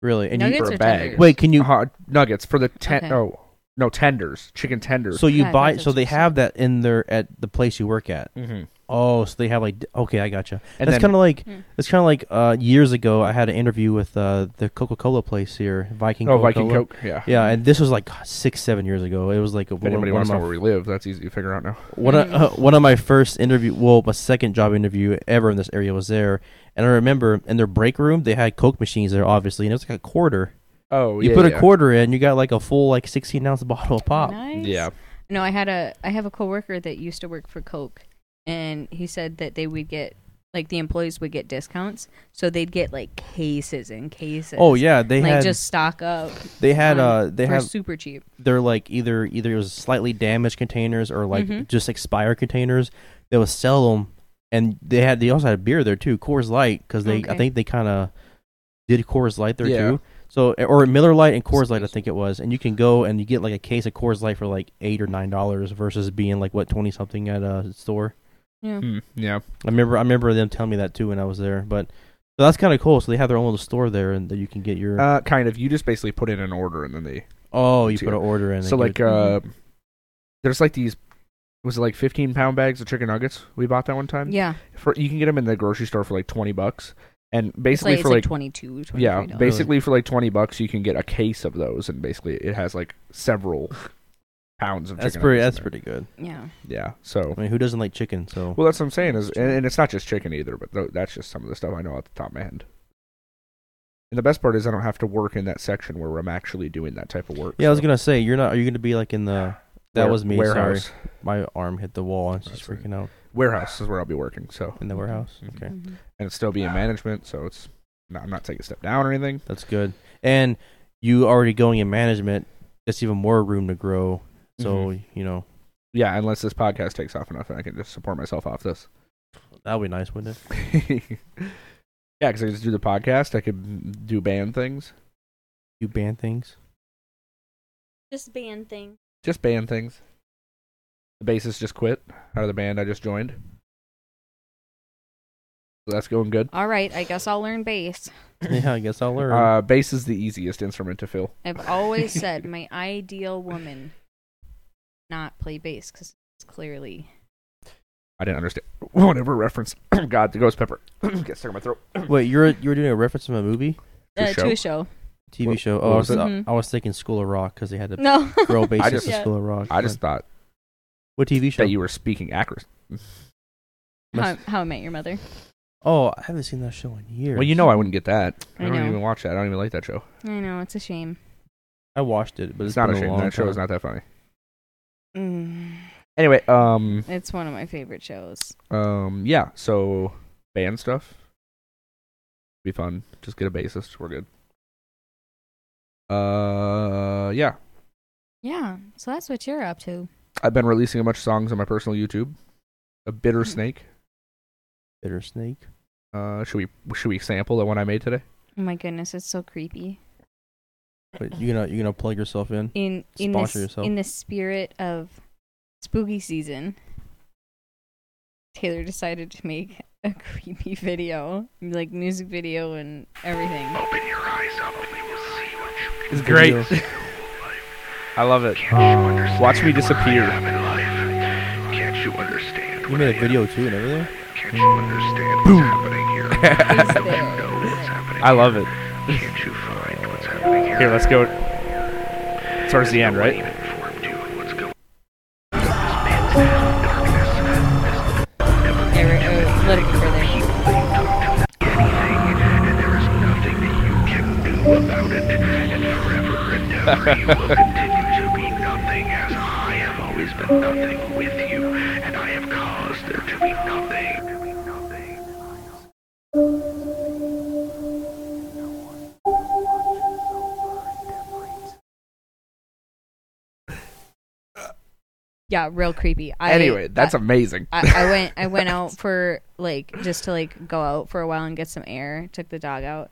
Speaker 3: really and you
Speaker 1: Nuggets
Speaker 2: for a
Speaker 1: or
Speaker 2: bag.
Speaker 1: tenders?
Speaker 3: wait. Can you?
Speaker 2: Uh, nuggets for the ten.
Speaker 1: Okay.
Speaker 2: Oh no, tenders, chicken tenders.
Speaker 3: So you
Speaker 1: Yeah,
Speaker 3: buy.
Speaker 1: that's
Speaker 3: So
Speaker 1: what
Speaker 3: they
Speaker 1: she
Speaker 3: have that in there at the place you work at.
Speaker 2: Mhm.
Speaker 3: Oh, so they have like. d- Okay, I gotcha.
Speaker 2: And
Speaker 3: that's
Speaker 2: then-
Speaker 3: kind of like.
Speaker 1: Hmm.
Speaker 3: It's kind of like uh, years ago. I had an interview with uh, the Coca Cola place here, Viking.
Speaker 2: oh
Speaker 3: Coca-Cola.
Speaker 2: Viking Coke. Yeah.
Speaker 3: Yeah, and this was like six, seven years ago. It was like a,
Speaker 2: If anybody
Speaker 3: one
Speaker 2: wants to
Speaker 3: of my
Speaker 2: know where we live, that's easy to figure out now.
Speaker 3: one of, uh, one of my first interview, well, my second job interview ever in this area was there, and I remember in their break room they had Coke machines there, obviously, and it was like a quarter.
Speaker 2: Oh,
Speaker 3: you
Speaker 2: yeah,
Speaker 3: put
Speaker 2: yeah.
Speaker 3: a quarter in, you got like a full like sixteen ounce bottle of pop.
Speaker 1: Nice.
Speaker 2: Yeah,
Speaker 1: No, I had a I have a coworker that used to work for Coke, and he said that they would get like the employees would get discounts, so they'd get like cases and cases.
Speaker 3: Oh yeah, they
Speaker 1: like
Speaker 3: had
Speaker 1: just stock up.
Speaker 3: they had
Speaker 1: on
Speaker 3: uh they
Speaker 1: for
Speaker 3: have
Speaker 1: super cheap.
Speaker 3: they're like either either it was slightly damaged containers or like
Speaker 1: Mhm.
Speaker 3: just expired containers. They would sell them, and they had they also had beer there too, Coors Light, because they I
Speaker 1: Okay.
Speaker 3: think they kind of did Coors Light there
Speaker 2: Yeah.
Speaker 3: too. So or Miller Light and Coors Light, I think it was, and you can go and you get like a case of Coors Light for like eight or nine dollars versus being like what twenty something at a store.
Speaker 1: Yeah.
Speaker 2: Hmm, yeah.
Speaker 3: I remember I remember them telling me that too when I was there, but. So that's kind of cool. So they have their own little store there, and that you can get your.
Speaker 2: Uh, kind of. You just basically put in an order and then they.
Speaker 3: oh, you
Speaker 2: to-
Speaker 3: put an order in.
Speaker 2: so
Speaker 3: they
Speaker 2: like,
Speaker 3: give it- Mm-hmm.
Speaker 2: uh, there's like these. Was it like 15 pound bags of chicken nuggets we bought that one
Speaker 3: Mm-hmm.
Speaker 2: time?
Speaker 1: Yeah,
Speaker 2: For you can get them in the grocery store for like 20 bucks, and
Speaker 1: it's
Speaker 2: basically
Speaker 1: like, it's
Speaker 2: for
Speaker 1: like,
Speaker 2: like.
Speaker 1: 22
Speaker 2: yeah,
Speaker 1: $23.
Speaker 2: basically for like twenty bucks, you can get a case of those, and basically it has like several pounds of.
Speaker 3: that's
Speaker 2: chicken
Speaker 3: pretty.
Speaker 2: nuggets
Speaker 3: That's
Speaker 2: in
Speaker 3: pretty good.
Speaker 1: yeah.
Speaker 2: there. Yeah. So
Speaker 3: I mean, who doesn't like chicken? So
Speaker 2: Well, that's what I'm saying is, and, and it's not just chicken either, but tho- that's just some of the stuff I know off the top of my head. And the best part is I don't have to work in that section where I'm actually doing that type of work.
Speaker 3: yeah, I was
Speaker 2: so-
Speaker 3: gonna say you're not. Are you gonna be like in the? That
Speaker 2: Ware-
Speaker 3: was me.
Speaker 2: Warehouse.
Speaker 3: Sorry, my arm hit the wall. and she's
Speaker 2: That's right.
Speaker 3: freaking out
Speaker 2: Warehouse is where I'll be working. So
Speaker 3: in the warehouse.
Speaker 2: Mhm.
Speaker 3: Okay,
Speaker 1: Mhm.
Speaker 2: and it's still be
Speaker 3: Ah.
Speaker 2: in management, so it's not, I'm not taking a step down or anything.
Speaker 3: that's good. And you already going in management. That's even more room to grow. So
Speaker 2: Mm-hmm.
Speaker 3: you know
Speaker 2: Yeah, unless this podcast takes off enough and I can just support myself off this.
Speaker 3: that would be nice, wouldn't it?
Speaker 2: yeah, because I just do the podcast. I could do band things,
Speaker 3: You ban things.
Speaker 1: Just band thing.
Speaker 2: just band things. The bassist just quit out of the band I just joined. So that's going good.
Speaker 1: All right, I guess I'll learn bass.
Speaker 3: yeah, I guess I'll learn.
Speaker 2: Uh, bass is the easiest instrument to fill.
Speaker 1: I've always said my ideal woman not play bass because it's clearly
Speaker 2: I didn't understand. Whatever reference. God, the ghost pepper gets stuck in my throat.
Speaker 3: Wait, you're you were doing a reference from a movie,
Speaker 2: To
Speaker 1: uh,
Speaker 2: show.
Speaker 1: to a show.
Speaker 3: TV
Speaker 2: What-
Speaker 3: show.
Speaker 2: what
Speaker 3: Oh, I was,
Speaker 2: was it?
Speaker 1: Mhm.
Speaker 3: I was thinking School of Rock because they had to
Speaker 1: No,
Speaker 3: grow basis
Speaker 2: just-
Speaker 3: in
Speaker 1: Yeah.
Speaker 3: School of Rock.
Speaker 2: I just thought
Speaker 3: what TV show?
Speaker 2: that you were speaking accurate.
Speaker 1: how, how I Met Your Mother.
Speaker 3: oh, I haven't seen that show in years.
Speaker 2: Well, you know I wouldn't get that. I
Speaker 1: I
Speaker 2: don't
Speaker 1: know.
Speaker 2: even watch that. I don't even like that show.
Speaker 1: I know it's a shame.
Speaker 3: I watched it, but
Speaker 2: It's,
Speaker 3: it's,
Speaker 2: not a
Speaker 3: been
Speaker 2: shame.
Speaker 3: long
Speaker 2: That show
Speaker 3: time.
Speaker 2: is not that funny.
Speaker 1: Mm,
Speaker 2: Anyway, um,
Speaker 1: it's one of my favorite shows.
Speaker 2: um, yeah. So band stuff. Be fun. Just get a bassist. We're good. Uh, yeah.
Speaker 1: Yeah, so that's what you're up to.
Speaker 2: I've been releasing a bunch of songs on my personal YouTube. A
Speaker 1: Hmm.
Speaker 2: bitter snake.
Speaker 3: Bitter Snake.
Speaker 2: Uh, should we should we sample the one I made today?
Speaker 1: Oh my goodness, it's so creepy.
Speaker 3: But you gonna you gonna plug yourself in?
Speaker 1: In in this
Speaker 3: Sponsor yourself.
Speaker 1: in the spirit of spooky season, Taylor decided to make a creepy video, like music video and everything.
Speaker 2: It's
Speaker 3: great.
Speaker 2: I love it. Watch me disappear.
Speaker 3: You made a video too and everything.
Speaker 1: It's there.
Speaker 2: I love it. Here, let's go. Towards the end, right?
Speaker 1: There we go. uh, Let it go there. Yeah, real creepy. I,
Speaker 2: Anyway, that's
Speaker 1: I,
Speaker 2: amazing.
Speaker 1: I, I went I went out for like just to like go out for a while and get some air. Took the dog out,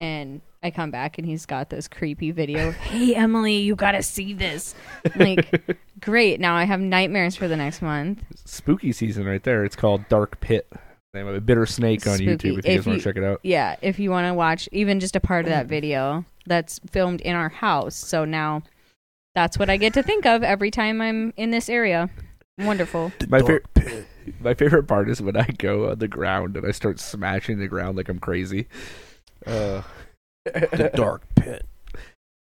Speaker 1: and I come back and he's got this creepy video. Of, hey Emily, you gotta see this. I'm like, great. Now I have nightmares for the next month.
Speaker 2: Spooky season right there. It's called Dark Pit. Name of it. Bitter Snake on
Speaker 1: Spooky.
Speaker 2: YouTube if you
Speaker 1: If
Speaker 2: guys want
Speaker 1: you-
Speaker 2: to check it out.
Speaker 1: Yeah, if you want to watch even just a part of that video that's filmed in our house, so now that's what I get to think of every time I'm in this area. Wonderful.
Speaker 2: My, fa- my favorite part is when I go on the ground and I start smashing the ground like I'm crazy. Uh,
Speaker 3: The Dark Pit.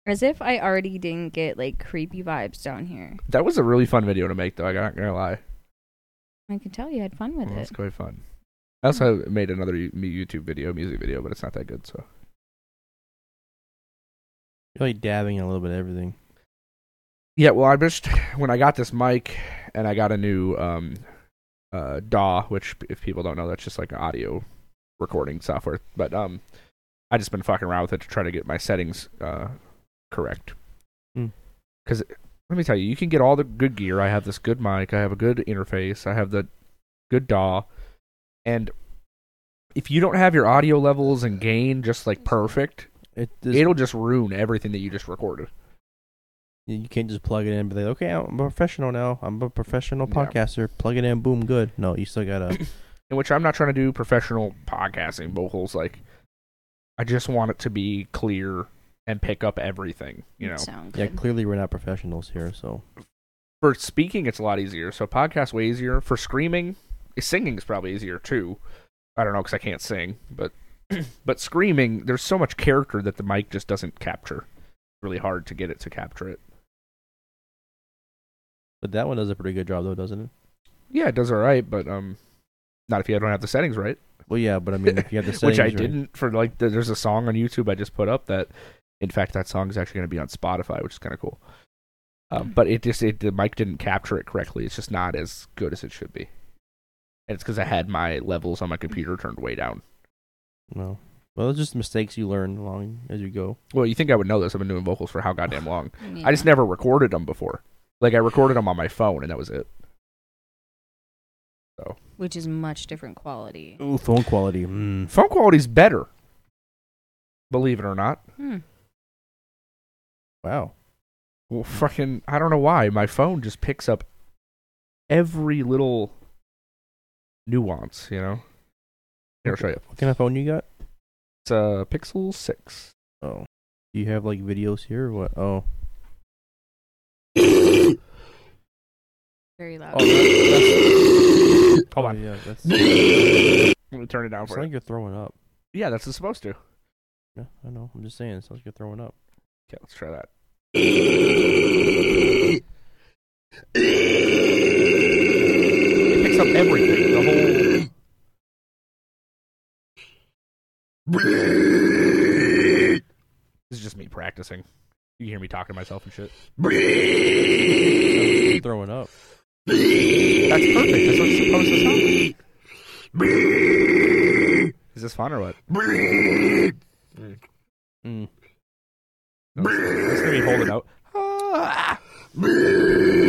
Speaker 1: As if I already didn't get like creepy vibes down here.
Speaker 2: that was a really fun video to make, though. I'm not going to lie.
Speaker 1: I can tell you had fun with
Speaker 2: Well,
Speaker 1: it.
Speaker 2: That's quite fun. I also made another y- YouTube video, music video, but it's not that good. So
Speaker 3: You're like dabbing in a little bit of everything.
Speaker 2: Yeah, well, I just when I got this mic and I got a new um, uh, DAW, which if people don't know, that's just like audio recording software. But um, I just been fucking around with it to try to get my settings uh, correct.
Speaker 3: Hmm.
Speaker 2: Because let me tell you, you can get all the good gear. I have this good mic. I have a good interface. I have the good DAW, and if you don't have your audio levels and gain just like perfect,
Speaker 3: It,
Speaker 2: it'll just ruin everything that you just recorded.
Speaker 3: you can't just plug it in. But they okay, I'm a professional now. I'm a professional
Speaker 2: Yeah.
Speaker 3: podcaster. Plug it in, boom, good. No, you still gotta.
Speaker 2: in which I'm not trying to do professional podcasting vocals. Like, I just want it to be clear and pick up everything. You know,
Speaker 1: Sound
Speaker 3: yeah,
Speaker 1: good.
Speaker 3: clearly we're not professionals here. So
Speaker 2: for speaking, it's a lot easier. So podcast way easier for screaming. Singing is probably easier too. I don't know because I can't sing, but but screaming, there's so much character that the mic just doesn't capture. It's really hard to get it to capture it.
Speaker 3: But that one does a pretty good job, though, doesn't it?
Speaker 2: Yeah, it does all right, but um, not if you don't have the settings right.
Speaker 3: Well, yeah, but I mean, if you have the settings,
Speaker 2: which I
Speaker 3: right-
Speaker 2: didn't for like th- there's a song on YouTube I just put up that in fact that song is actually going to be on Spotify, which is kind of cool. Um, but it just it, the mic didn't capture it correctly. It's just not as good as it should be. And it's because I had my levels on my computer turned way down.
Speaker 3: No. Well, it's just mistakes you learn along as you go.
Speaker 2: Well, you think I would know this? I've been doing vocals for how goddamn long?
Speaker 1: Yeah.
Speaker 2: I just never recorded them before. Like I recorded them on my phone, and that was it.
Speaker 1: which is much different
Speaker 2: Oh.
Speaker 1: quality.
Speaker 3: Ooh, phone quality. Mm.
Speaker 2: Phone quality's better, believe it or not.
Speaker 1: Hmm.
Speaker 3: Wow.
Speaker 2: Well, fucking, I don't know why my phone just picks up every little nuance. You know, here I'll show you.
Speaker 3: What kind of phone you got?
Speaker 2: It's a Pixel Six.
Speaker 3: Oh. Do you have like videos here or what? Oh.
Speaker 1: Very loud.
Speaker 3: Oh, that- that's-
Speaker 2: Hold
Speaker 3: oh,
Speaker 2: on.
Speaker 3: Yeah, that's.
Speaker 2: Let me turn it down
Speaker 3: It's
Speaker 2: for you.
Speaker 3: like you're throwing up.
Speaker 2: Yeah, that's what it's supposed to.
Speaker 3: Yeah, I know. I'm just saying. It sounds like you're throwing up.
Speaker 2: Okay, let's try that. It picks up everything. The whole. This is just me practicing. You can hear me talking to myself and shit.
Speaker 3: Sounds like you're throwing up.
Speaker 2: That's perfect. That's what it's supposed to sound like. Is this fun or what?
Speaker 3: Mm.
Speaker 2: No, it's, it's gonna be holding out. Ah. Oh,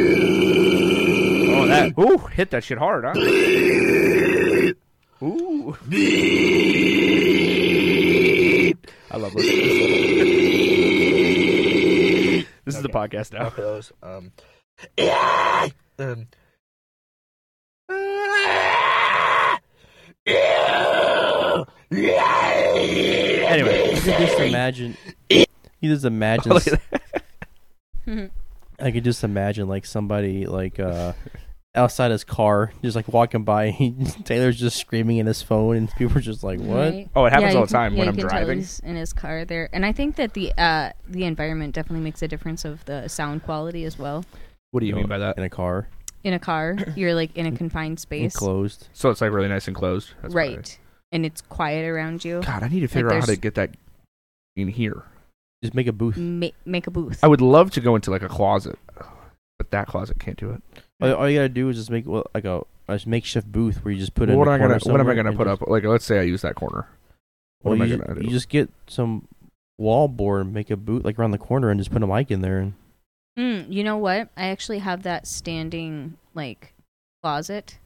Speaker 2: that! Ooh, hit that shit hard, huh? Ooh. I love listening to this. This is the podcast now.
Speaker 5: Okay, those. Um, um,
Speaker 2: Anyway,
Speaker 3: You could just imagine. You just imagine.
Speaker 2: look at that.
Speaker 1: Mhm.
Speaker 3: I could just imagine like somebody like uh outside his car, just like walking by. Taylor's just screaming in his phone, and people are just like, "What?"
Speaker 1: Right?
Speaker 2: Oh, it happens
Speaker 1: Yeah,
Speaker 2: all
Speaker 1: you can-
Speaker 2: the time
Speaker 1: yeah,
Speaker 2: when
Speaker 1: you
Speaker 2: I'm
Speaker 1: can tell
Speaker 2: driving.
Speaker 1: he's in his car there, and I think that the uh, the environment definitely makes a difference of the sound quality as well.
Speaker 2: What do you
Speaker 3: know,
Speaker 2: mean by that?
Speaker 3: In a car,
Speaker 1: In a car, you're like in a confined space,
Speaker 3: enclosed.
Speaker 2: So it's like really nice and closed. That's what I-
Speaker 1: right? And it's quiet around you.
Speaker 2: God, I need to figure out how to
Speaker 1: there's-
Speaker 2: get that in here.
Speaker 3: Just make a booth.
Speaker 1: Ma- make a booth.
Speaker 2: I would love to go into like a closet, but that closet can't do it.
Speaker 3: All, all you gotta do is just make well, like a, a just makeshift booth where you just put it.
Speaker 2: what
Speaker 3: in
Speaker 2: am I
Speaker 3: a
Speaker 2: gonna
Speaker 3: corner
Speaker 2: What am I
Speaker 3: somewhere
Speaker 2: gonna
Speaker 3: and
Speaker 2: put
Speaker 3: just-
Speaker 2: up? Like, let's say I use that corner. What
Speaker 3: well,
Speaker 2: am I
Speaker 3: you,
Speaker 2: gonna
Speaker 3: ju-
Speaker 2: do?
Speaker 3: You just get some wall board, and make a boot like around the corner, and just put a mic in there. And
Speaker 1: Mm, you know what? I actually have that standing like closet.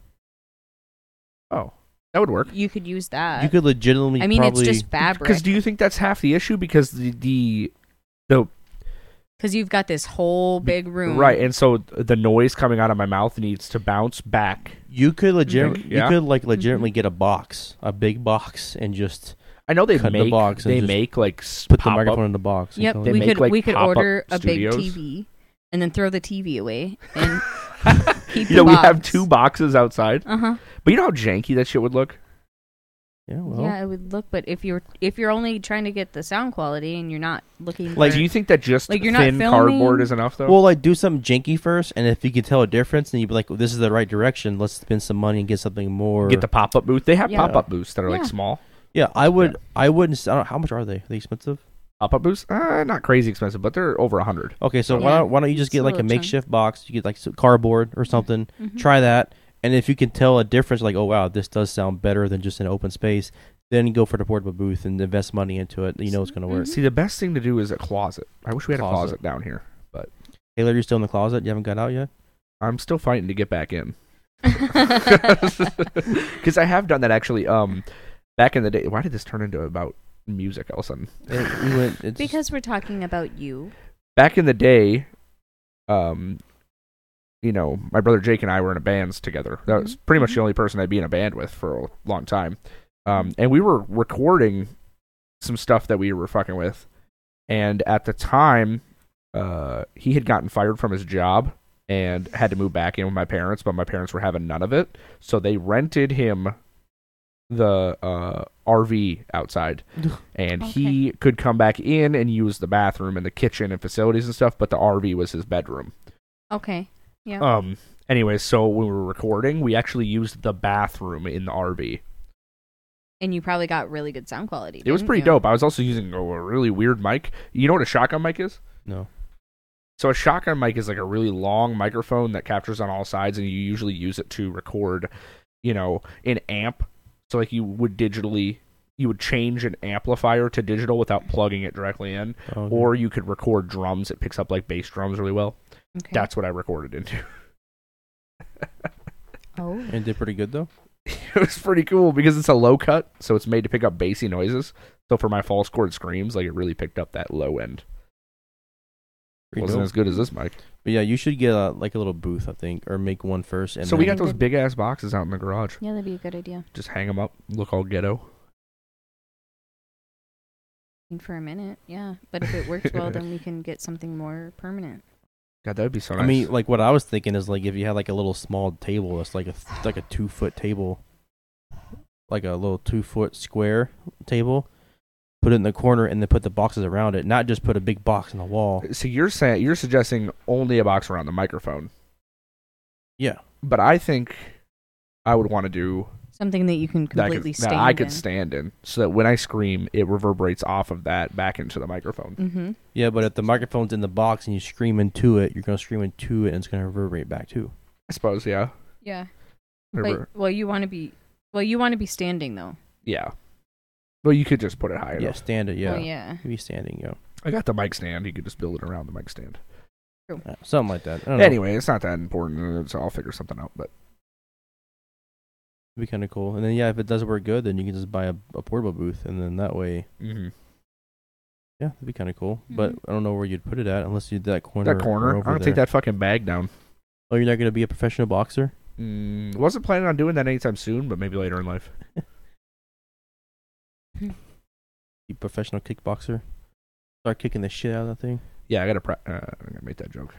Speaker 3: Oh.
Speaker 2: That would work.
Speaker 1: You could use that.
Speaker 3: you could legitimately.
Speaker 1: I mean,
Speaker 3: probably,
Speaker 1: it's just fabric
Speaker 2: Because do you think that's half the issue? Because the the, the
Speaker 1: because you've got this whole big room,
Speaker 2: right, and so the noise coming out of my mouth needs to bounce back.
Speaker 3: You could legit,
Speaker 2: Think-
Speaker 3: you
Speaker 2: yeah.
Speaker 3: could
Speaker 1: Mm-hmm.
Speaker 3: like legitimately get a box, a big box, and just
Speaker 2: I know they
Speaker 3: Cut the
Speaker 2: make
Speaker 3: box and
Speaker 2: they
Speaker 3: just
Speaker 2: make like s-
Speaker 3: put the
Speaker 2: pop-up-
Speaker 3: microphone in the box. and
Speaker 1: Yep,
Speaker 3: call
Speaker 2: They
Speaker 3: it-
Speaker 1: we
Speaker 2: make,
Speaker 1: could
Speaker 2: like,
Speaker 1: we could
Speaker 2: pop-up
Speaker 1: order a
Speaker 2: studios.
Speaker 1: big TV and then throw the TV away and keep the
Speaker 2: You know, we have
Speaker 1: box.
Speaker 2: two boxes outside,
Speaker 1: Uh huh.
Speaker 2: but you know how janky that shit would look.
Speaker 3: yeah, well,
Speaker 1: yeah, it would look, but if you're if you're only trying to get the sound quality and you're not looking
Speaker 3: Like,
Speaker 1: for,
Speaker 2: do you think that just
Speaker 1: Like, you're not
Speaker 2: thin
Speaker 1: filming-
Speaker 2: cardboard is enough though?
Speaker 3: well, like do something janky first, and if you can tell a difference, then you'd be like, well, "This is the right direction. Let's spend some money and get something more."
Speaker 2: Get the pop up booth. They have
Speaker 1: Yeah.
Speaker 2: pop up booths that are like
Speaker 1: Yeah.
Speaker 2: small.
Speaker 3: yeah, I would, I wouldn't. s- I don't, how much are they? Are they expensive?
Speaker 2: Pop up booths, uh, not crazy expensive, but they're over a
Speaker 1: Mm-hmm.
Speaker 2: hundred.
Speaker 3: Okay, so why
Speaker 1: Yeah.
Speaker 3: don't why don't you just
Speaker 1: It's a
Speaker 3: get like a
Speaker 1: little chunk.
Speaker 3: makeshift box? You get like some cardboard or something.
Speaker 1: Mhm.
Speaker 3: Try that, and if you can tell a difference, like oh wow, this does sound better than just an open space, then go for the portable booth and invest money into it. You know it's gonna work.
Speaker 2: See, the best thing to do is a closet. I wish we had a
Speaker 3: Closet.
Speaker 2: closet down here.
Speaker 1: Mm-hmm.
Speaker 3: Taylor, you're still in the closet. You haven't got out yet.
Speaker 2: I'm still fighting to get back in because I have done that actually. Um, back in the day, why did this turn into about music all of a sudden?
Speaker 3: It- we went- it's-
Speaker 1: because we're talking about you.
Speaker 2: back in the day, um, you know, my brother Jake and I were in a bands together. That was pretty much the only person I'd be in a band with for a long time. Um, and we were recording some stuff that we were fucking with. And at the time, uh, he had gotten fired from his job and had to move back in with my parents, but my parents were having none of it. So they rented him the uh, RV outside, and he could come back in and use the bathroom and the kitchen and facilities and stuff. But the RV was his bedroom.
Speaker 1: Okay. Yeah.
Speaker 2: Um. Anyway, so when we were recording, we actually used the bathroom in the RV.
Speaker 1: and you probably got really good sound quality.
Speaker 2: It was
Speaker 1: didn't
Speaker 2: pretty
Speaker 1: you?
Speaker 2: dope. I was also using a really weird mic. You know what a shotgun mic is?
Speaker 3: no.
Speaker 2: So a shotgun mic is like a really long microphone that captures on all sides, and you usually use it to record, you know, an amp. So like you would digitally, you would change an amplifier to digital without plugging it directly in,
Speaker 3: Oh, okay.
Speaker 2: or you could record drums. It picks up like bass drums really well.
Speaker 1: Okay.
Speaker 2: That's what I recorded into.
Speaker 1: oh.
Speaker 3: and did pretty good though.
Speaker 2: it was pretty cool because it's a low cut, so it's made to pick up bassy noises. So for my false chord screams, like it really picked up that low end.
Speaker 3: Pretty
Speaker 2: wasn't
Speaker 3: dope.
Speaker 2: as good as this mic.
Speaker 3: But yeah, you should get a, like a little booth, I think, or make one first. And
Speaker 2: so we
Speaker 3: then-
Speaker 2: got those big ass boxes out in the garage.
Speaker 1: Yeah, that'd be a good idea.
Speaker 2: Just hang them up, look all ghetto.
Speaker 1: For a minute, yeah. But if it worked well, then we can get something more permanent.
Speaker 2: God, that would be so nice.
Speaker 3: I mean, like what I was thinking is like if you had like a little small table, it's like a th- like a two foot table, like a little two foot square table. Put it in the corner and then put the boxes around it. Not just put a big box in the wall.
Speaker 2: so you're saying you're suggesting only a box around the microphone,
Speaker 3: Yeah,
Speaker 2: but I think I would want to do
Speaker 1: Something that you can
Speaker 2: that I could-
Speaker 1: completely
Speaker 2: that,
Speaker 1: stand.
Speaker 2: I could stand in, so that when I scream, it reverberates off of that back into the microphone.
Speaker 1: Mm-hmm.
Speaker 3: yeah. But if the microphone's in the box and you scream into it, you're gonna scream into it and it's gonna reverberate back too.
Speaker 2: I suppose, yeah,
Speaker 1: Yeah.
Speaker 2: Rever-
Speaker 1: But, well, you want to be. Well, you want to be standing though.
Speaker 2: yeah. Well, you could just put it high
Speaker 3: Yeah,
Speaker 2: enough.
Speaker 3: stand it. Yeah,
Speaker 1: Oh, yeah.
Speaker 3: be standing. Yeah,
Speaker 2: I got the mic stand. You could just build it around the mic stand.
Speaker 3: Uh, something like that. I don't know.
Speaker 2: Anyway, it's not that important, uh, so I'll figure something out. But
Speaker 3: It'd be kind of cool. And then yeah, if it doesn't work good, then you can just buy a, a portable booth, and then that way,
Speaker 2: hmm
Speaker 3: yeah, that'd be kind of cool. But
Speaker 1: Mhm.
Speaker 3: I don't know where you'd put it at unless you did that corner.
Speaker 2: that
Speaker 3: or
Speaker 2: corner, I'm
Speaker 3: over
Speaker 2: gonna take
Speaker 3: there.
Speaker 2: that fucking bag down.
Speaker 3: Oh, you're not gonna be a professional boxer?
Speaker 2: Mm, wasn't planning on doing that anytime soon, but maybe later in life.
Speaker 3: You professional kickboxer? Start kicking the shit out of that thing.
Speaker 2: Yeah, I gotta. Pra- uh, I'm gonna make that joke.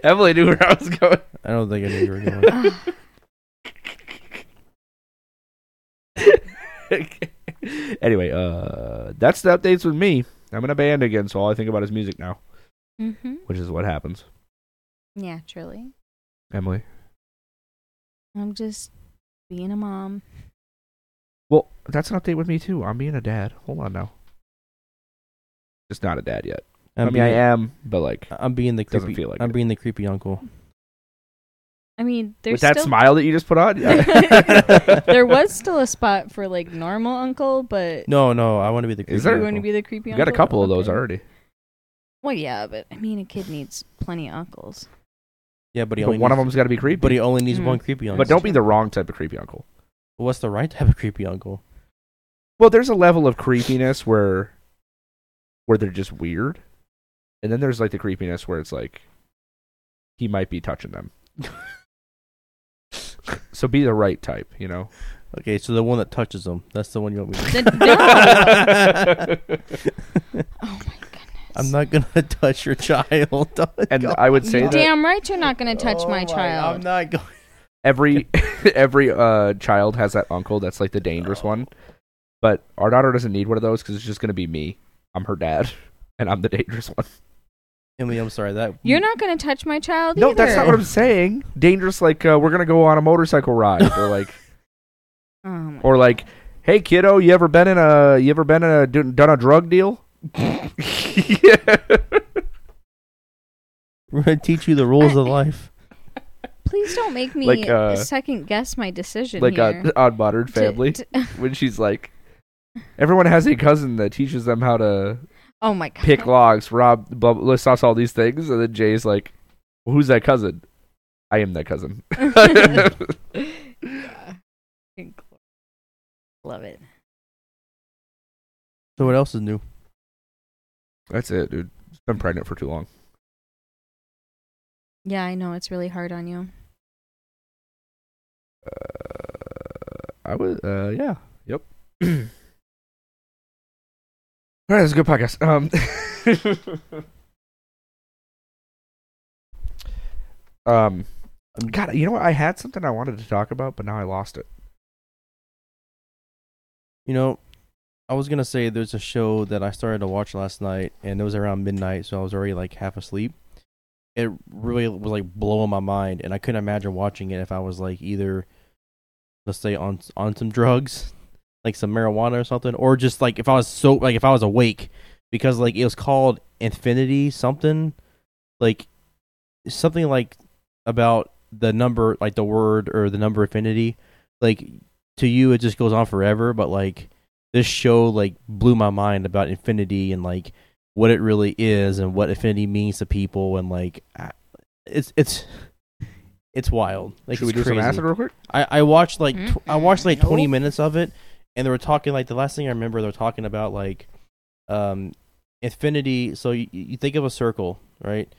Speaker 2: Emily knew where I was going.
Speaker 3: I don't think I knew you were going.
Speaker 1: Ah.
Speaker 2: anyway, uh, that's the updates with me. I'm in a band again, so all I think about is music now,
Speaker 1: mm-hmm.
Speaker 2: which is what happens.
Speaker 1: Naturally,
Speaker 2: Emily.
Speaker 1: I'm just being a mom.
Speaker 2: Well, that's an update with me too. I'm being a dad. Hold on now. Just not a dad yet. i mean, I
Speaker 3: being-
Speaker 2: am, but like
Speaker 3: I'm being the
Speaker 2: Doesn't
Speaker 3: creepy.
Speaker 2: feel like
Speaker 3: I'm
Speaker 2: it.
Speaker 3: being the creepy uncle.
Speaker 1: I mean,
Speaker 2: with
Speaker 1: there's
Speaker 2: that
Speaker 1: still
Speaker 2: smile that you just put on.
Speaker 1: there was still a spot for like normal uncle, but
Speaker 3: No, no, I want to be the. Creepy
Speaker 2: Is there?
Speaker 1: you
Speaker 2: Sure.
Speaker 1: want to be the creepy.
Speaker 2: You
Speaker 1: uncle?
Speaker 2: got a couple of those
Speaker 1: Okay.
Speaker 2: already.
Speaker 1: Well, yeah, but I mean, a kid needs plenty of uncles.
Speaker 3: Yeah, but he
Speaker 2: But
Speaker 3: only
Speaker 2: one of
Speaker 3: needs,
Speaker 2: them's got to be creepy.
Speaker 3: But he only needs
Speaker 1: Mm.
Speaker 3: one creepy uncle.
Speaker 2: But don't be the wrong type of creepy uncle.
Speaker 3: What's the right type of creepy uncle?
Speaker 2: Well, there's a level of creepiness where where they're just weird. And then there's like the creepiness where it's like he might be touching them. so be the right type, you know.
Speaker 3: Okay, so the one that touches them. That's the one you want me. To...
Speaker 1: The- no. oh my goodness!
Speaker 3: I'm not gonna touch your child.
Speaker 2: And I would say
Speaker 1: You
Speaker 2: that
Speaker 1: damn right you're not going to touch
Speaker 3: Oh
Speaker 1: my
Speaker 3: I'm
Speaker 1: child.
Speaker 3: not going.
Speaker 2: every every uh child has that uncle that's like the dangerous one. But our daughter doesn't need one of those cuz it's just going to be me. I'm her dad and I'm the dangerous one.
Speaker 3: Emily, I'm sorry. That
Speaker 1: You're not going to touch my child
Speaker 2: No,
Speaker 1: either.
Speaker 2: that's not what I'm saying. Dangerous like uh, we're going to go on a motorcycle ride or like
Speaker 1: Oh my
Speaker 2: or like "Hey kiddo, you ever been in a you ever been in a done done a drug deal?" yeah.
Speaker 3: We're gonna teach you the rules of life.
Speaker 1: Please don't make me
Speaker 2: Like, uh,
Speaker 1: second guess my decision
Speaker 2: Like
Speaker 1: here.
Speaker 2: on, on Modern
Speaker 1: To-
Speaker 2: Family
Speaker 1: to-
Speaker 2: when she's like everyone has a cousin that teaches them how to
Speaker 1: oh my god.
Speaker 2: pick locks, rob blah, blah, lists off all these things and then Jay's like, well, "Who's that cousin?" I am that cousin.
Speaker 1: Yeah. Fucking glor- Love it.
Speaker 3: So what else is new?
Speaker 2: That's it, dude. Been pregnant for too long.
Speaker 1: Yeah, I know it's really hard on you.
Speaker 2: I was, uh, yeah, yep. All right, that's a good podcast. Um, um, God, you know what? I had something I wanted to talk about, but now I lost it.
Speaker 3: You know, I was gonna say there's a show that I started to watch last night, and it was around midnight, so I was already like half asleep. It really was like blowing my mind, and I couldn't imagine watching it if I was like either, let's say on on some drugs, like some marijuana or something, or just like if I was so like if I was awake, because like it was called Infinity something, like something like about the number, like the word or the number infinity, like to you it just goes on forever but like this show like blew my mind about infinity and like what it really is and what infinity means to people and like I- it's it's it's wild like
Speaker 2: Should we
Speaker 3: it's
Speaker 2: do
Speaker 3: crazy.
Speaker 2: some acid real quick?
Speaker 3: I, I watched like tw- I watched like
Speaker 1: Mm-mm.
Speaker 3: 20
Speaker 1: Nope.
Speaker 3: minutes of it, and they were talking like the last thing I remember they were talking about like um infinity. So you, you think of a circle, right?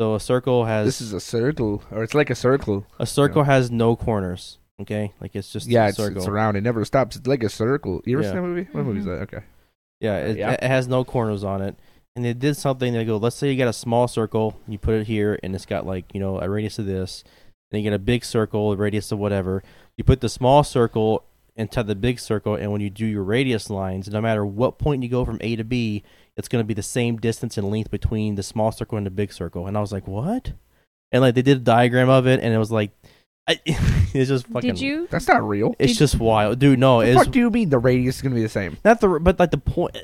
Speaker 3: So a circle has
Speaker 2: This is a circle, or it's like a circle.
Speaker 3: a circle has no corners. Okay, like it's just
Speaker 2: yeah,
Speaker 3: a
Speaker 2: it's,
Speaker 3: circle.
Speaker 2: it's around. It never stops. It's like a circle. You ever
Speaker 3: Yeah.
Speaker 2: seen that movie? What movie is
Speaker 1: Mhm.
Speaker 2: that? Okay.
Speaker 3: Yeah, it,
Speaker 2: Yeah.
Speaker 3: it has no corners on it. And they did something. They go, let's say you got a small circle, you put it here, and it's got like you know a radius of this. Then you get a big circle, a radius of whatever. You put the small circle into the big circle, and when you do your radius lines, no matter what point you go from A to B, it's going to be the same distance and length between the small circle and the big circle. And I was like, what? And like they did a diagram of it, and it was like, I, it's just fucking.
Speaker 1: Did you?
Speaker 2: That's not real.
Speaker 3: It's
Speaker 1: did-
Speaker 3: just wild, dude. No,
Speaker 2: what the
Speaker 3: it's
Speaker 2: fuck do you mean the radius is going to be the same?
Speaker 3: not the but like the point.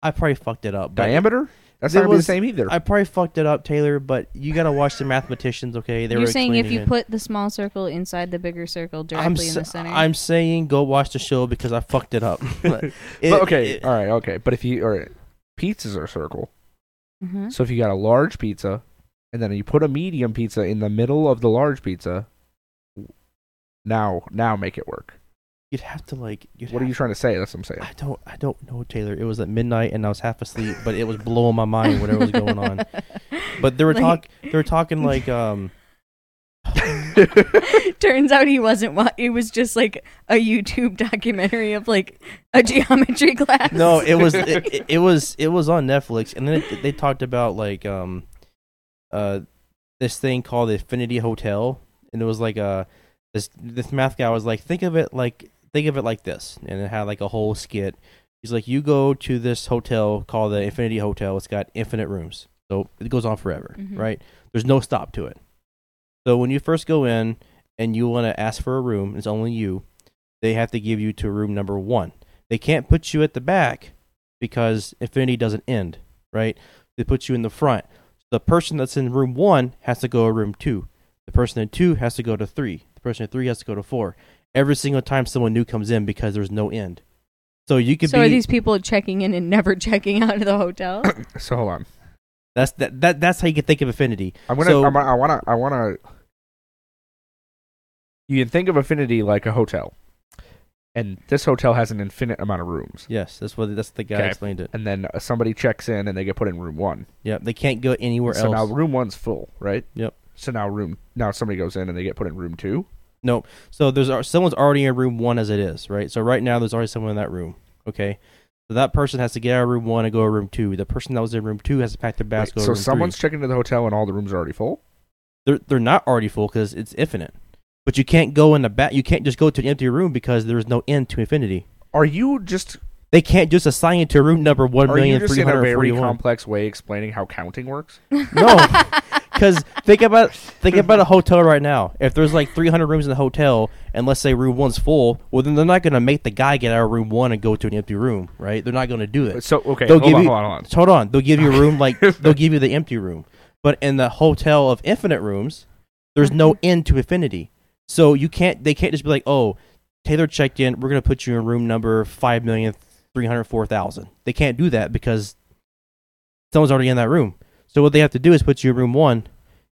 Speaker 3: I probably fucked it up. But
Speaker 2: Diameter? That's
Speaker 3: There
Speaker 2: not going to be the
Speaker 3: was-
Speaker 2: same either.
Speaker 3: I probably fucked it up, Taylor, but you gotta watch the mathematicians, okay? They
Speaker 1: You're
Speaker 3: were
Speaker 1: saying if
Speaker 3: explaining
Speaker 1: you
Speaker 3: it.
Speaker 1: put the small circle inside the bigger circle directly
Speaker 3: I'm,
Speaker 1: in
Speaker 3: sa-
Speaker 1: the center.
Speaker 3: I'm saying go watch the show because I fucked it up. It-
Speaker 2: but okay, uh,
Speaker 3: it-
Speaker 2: all right, okay. But if you all right, pizzas are circle.
Speaker 3: Hmm?
Speaker 1: Mhm.
Speaker 2: So if you got a large pizza, and then you put a medium pizza in the middle of the large pizza, now now make it work.
Speaker 3: you'd have to like. You'd
Speaker 2: What are you trying to say? That's what I'm saying.
Speaker 3: I don't. I don't know, Taylor. It was at midnight and I was half asleep, but it was blowing my mind whatever was going on. But they were talk. They were talking like um.
Speaker 1: Turns out he wasn't. Wa- it was just like a YouTube documentary of like a geometry class.
Speaker 3: No, it was it, it- it was it was on Netflix, and then it, they talked about like um, uh, this thing called the Infinity Hotel, and it was like uh this this math guy was like, think of it like think of it like this, and it had like a whole skit. He's like, you go to this hotel called the Infinity Hotel. It's got infinite rooms, so it goes on forever,
Speaker 1: Mhm.
Speaker 3: right? There's no stop to it. So when you first go in and you want to ask for a room, it's only you. They have to give you to room number one. They can't put you at the back because infinity doesn't end, right? They put you in the front. The person that's in room one has to go to room two. The person in two has to go to three. The person in three has to go to four. Every single time someone new comes in because there's no end. So you could
Speaker 1: so
Speaker 3: be
Speaker 1: are these people checking in and never checking out of the hotel?
Speaker 2: so hold on.
Speaker 3: that's that, that that's how you can think of infinity.
Speaker 2: I'm gonna.
Speaker 3: So-
Speaker 2: I'm, I wanna. I wanna. You can think of affinity like a hotel, and this hotel has an infinite amount of rooms.
Speaker 3: Yes, that's what that's the guy
Speaker 2: Okay.
Speaker 3: explained it.
Speaker 2: And then uh, somebody checks in, and they get put in room one.
Speaker 3: Yeah, they can't go anywhere
Speaker 2: so
Speaker 3: else.
Speaker 2: now room one's full, right?
Speaker 3: Yep.
Speaker 2: So now room now somebody goes in and they get put in room two.
Speaker 3: So there's al- someone's already in room one as it is, right? So right now there's already someone in that room. Okay, so that person has to get out of room one and go to room two. The person that was in room two has to pack their bags.
Speaker 2: Wait,
Speaker 3: go to
Speaker 2: so
Speaker 3: room
Speaker 2: someone's
Speaker 3: three.
Speaker 2: checking into the hotel and all the rooms are already full.
Speaker 3: they're they're not already full because it's infinite. But you can't go in the back. You can't just go to an empty room because there's no end to infinity.
Speaker 2: Are you just
Speaker 3: They can't just assign it to room number one
Speaker 2: are you
Speaker 3: million
Speaker 2: just
Speaker 3: three
Speaker 2: in a
Speaker 3: hundred
Speaker 2: very
Speaker 3: forty-one.
Speaker 2: complex way explaining how counting works?
Speaker 3: No, Because think about think about a hotel right now. If there's like 300 rooms in the hotel, and let's say room one's full, well then they're not going to make the guy get out of room one and go to an empty room, right? They're not going to do it.
Speaker 2: So okay,
Speaker 3: They'll
Speaker 2: hold
Speaker 3: give
Speaker 2: on,
Speaker 3: you-
Speaker 2: hold on, hold on.
Speaker 3: Hold on, they'll give you a room like they'll give you the empty room. But in the hotel of infinite rooms, there's no end to infinity. So you can't they can't just be like, oh, Taylor checked in, we're gonna put you in room number five million three hundred four thousand. They can't do that because someone's already in that room. So what they have to do is put you in room one,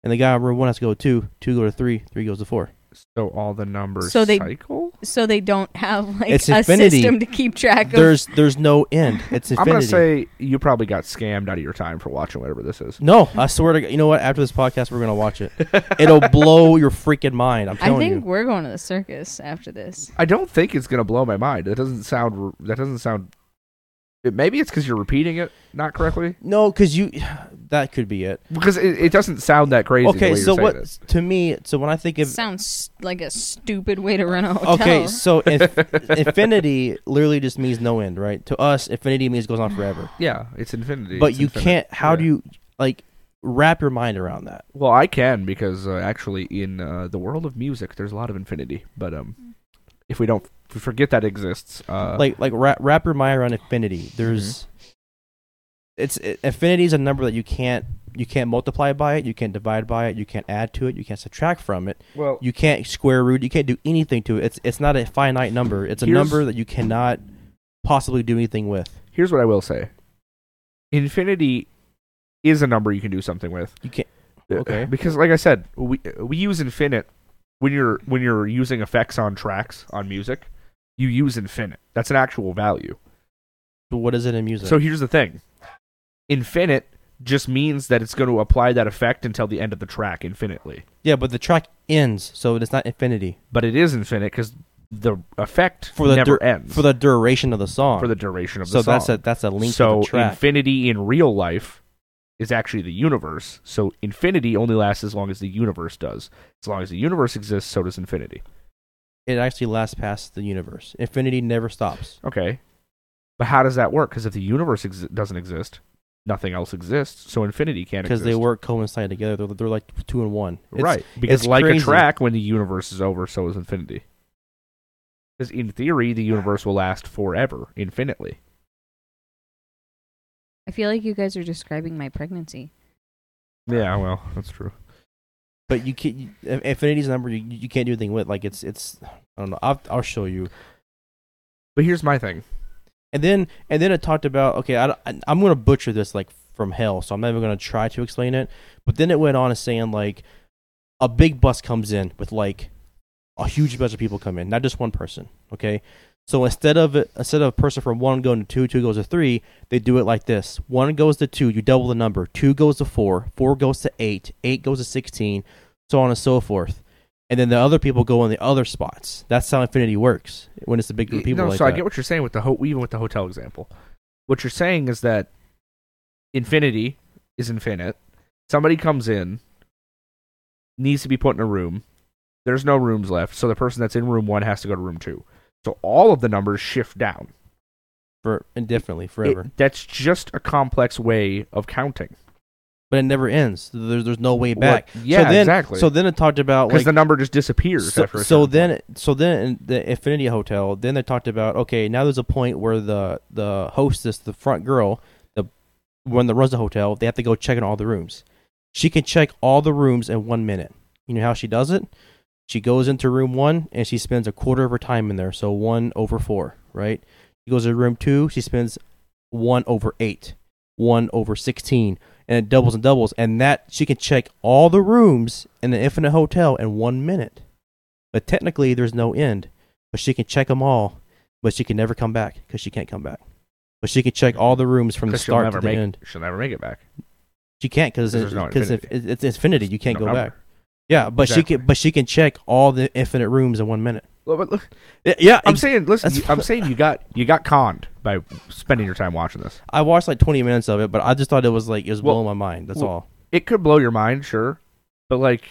Speaker 3: and the guy in room one has to go to two, two go to three, three goes to four.
Speaker 2: So all the numbers
Speaker 1: So they-
Speaker 2: cycle.
Speaker 1: so they don't have like
Speaker 3: It's
Speaker 1: a
Speaker 3: infinity.
Speaker 1: system to keep track of.
Speaker 3: There's there's no end. It's infinity.
Speaker 2: I'm gonna say you probably got scammed out of your time for watching whatever this is.
Speaker 3: no, I swear to God. You know what? After this podcast, we're gonna watch it. It'll blow your freaking mind. I'm
Speaker 1: I
Speaker 3: telling
Speaker 1: think
Speaker 3: you.
Speaker 1: we're going to the circus after this.
Speaker 2: I don't think it's gonna blow my mind. That doesn't sound. r- That doesn't sound. It, maybe it's because you're repeating it not correctly.
Speaker 3: No, because you. That could be it.
Speaker 2: Because it, it doesn't sound that crazy. the way
Speaker 3: okay,
Speaker 2: you're
Speaker 3: so
Speaker 2: saying
Speaker 3: what?
Speaker 2: it.
Speaker 3: To me, so when I think of.
Speaker 1: Sounds like a stupid way to run a hotel.
Speaker 3: Okay, so inf- infinity literally just means no end, right? To us, infinity means it goes on forever.
Speaker 2: Yeah, it's infinity.
Speaker 3: But
Speaker 2: It's
Speaker 3: you
Speaker 2: infinite.
Speaker 3: can't. How
Speaker 2: Yeah.
Speaker 3: do you like wrap your mind around that?
Speaker 2: Well, I can because uh, actually, in uh, the world of music, there's a lot of infinity. But um, if we don't if we forget that exists, uh, Mm-hmm.
Speaker 3: like like wrap, wrap your mind around infinity. There's. It's it, infinity is a number that you can't you can't multiply by it, you can't divide by it, you can't add to it, you can't subtract from it.
Speaker 2: well,
Speaker 3: you can't square root you can't do anything to it it's it's not a finite number it's a
Speaker 2: Here's-
Speaker 3: number that you cannot possibly do anything with
Speaker 2: here's what I will say: infinity is a number you can do something with.
Speaker 3: you can't
Speaker 2: Uh,
Speaker 3: Okay.
Speaker 2: Because, like I said, we we use infinite when you're when you're using effects on tracks on music. You use infinite. That's an actual value.
Speaker 3: but what is it in music
Speaker 2: So here's the thing: infinite just means that it's going to apply that effect until the end of the track infinitely.
Speaker 3: yeah but the track ends so it's not infinity
Speaker 2: but it is infinite because the effect
Speaker 3: for the
Speaker 2: never
Speaker 3: dur-
Speaker 2: ends
Speaker 3: for the duration of the song
Speaker 2: for the duration of
Speaker 3: so
Speaker 2: the song.
Speaker 3: that's a that's a link
Speaker 2: so
Speaker 3: to the track
Speaker 2: infinity in real life is actually the universe. So infinity only lasts as long as the universe does. As long as the universe exists, so does infinity.
Speaker 3: it actually lasts past the universe infinity never stops
Speaker 2: Okay, but how does that work? Because if the universe ex- doesn't exist, nothing else exists. So infinity can't
Speaker 3: because
Speaker 2: exist.
Speaker 3: they work coincide together they're, they're like two and one It's-
Speaker 2: right because
Speaker 3: it's
Speaker 2: like
Speaker 3: crazy.
Speaker 2: a track, when the universe is over, so is infinity. Because in theory, the universe will last forever, infinitely.
Speaker 1: I feel like you guys are describing my pregnancy.
Speaker 2: Yeah, well, that's true.
Speaker 3: but you can't you- infinity's a number you, you can't do anything with like it's it's i don't know I'll, I'll show you
Speaker 2: But here's my thing.
Speaker 3: And then and then it talked about okay, I, am gonna butcher this like from hell, so I'm not even gonna try to explain it. But then it went on to saying like a big bus comes in with like a huge bunch of people come in, not just one person. Okay, so instead of instead of a person from one going to two, two goes to three, they do it like this: one goes to two, you double the number; two goes to four, four goes to eight, eight goes to sixteen, so on and so forth. And then the other people go in the other spots. That's how infinity works when it's a big group of
Speaker 2: Y-
Speaker 3: people.
Speaker 2: no,
Speaker 3: like
Speaker 2: so I
Speaker 3: that.
Speaker 2: get what you're saying with the ho- even with the hotel example. What you're saying is that infinity is infinite. Somebody comes in, needs to be put in a room. There's no rooms left, so the person that's in room one has to go to room two. So all of the numbers shift down.
Speaker 3: for indefinitely
Speaker 2: It-
Speaker 3: forever.
Speaker 2: that's just a complex way of counting.
Speaker 3: but it never ends. There's there's no way
Speaker 2: What-
Speaker 3: back.
Speaker 2: yeah,
Speaker 3: so then,
Speaker 2: exactly.
Speaker 3: So then it talked about
Speaker 2: Because
Speaker 3: like
Speaker 2: the number just disappears
Speaker 3: so,
Speaker 2: after. A
Speaker 3: so
Speaker 2: certain
Speaker 3: then
Speaker 2: point.
Speaker 3: it- so then in the Infinity Hotel. Then they talked about okay now there's a point where the the hostess the front girl the one that runs the hotel they have to go check in all the rooms. She can check all the rooms in one minute. You know how she does it? She goes into room one and she spends a quarter of her time in there. So one over four, right? She goes to room two. She spends one over eight, one over sixteen, and it doubles and doubles. And that she can check all the rooms in the infinite hotel in one minute. But technically, there's no end. But she can check them all, but she can never come back because she can't come back. But she can check all the rooms from the
Speaker 2: 'Cause she'll
Speaker 3: start
Speaker 2: never
Speaker 3: to the
Speaker 2: make,
Speaker 3: end.
Speaker 2: She'll never make it back.
Speaker 3: She can't because
Speaker 2: 'Cause there's no infinity.
Speaker 3: it's infinity. You can't
Speaker 2: No
Speaker 3: go
Speaker 2: number.
Speaker 3: back. Yeah, but she
Speaker 2: Exactly.
Speaker 3: can. But she can check all the infinite rooms in one minute.
Speaker 2: Well, but look,
Speaker 3: Y- Yeah,
Speaker 2: I'm
Speaker 3: ex-
Speaker 2: saying, listen,
Speaker 3: that's-
Speaker 2: you- I'm saying you got you got conned by spending your time watching this.
Speaker 3: I watched like 20 minutes of it, but I just thought it was like it was
Speaker 2: Well-
Speaker 3: blowing my mind. That's
Speaker 2: well-
Speaker 3: all.
Speaker 2: it could blow your mind, sure, but like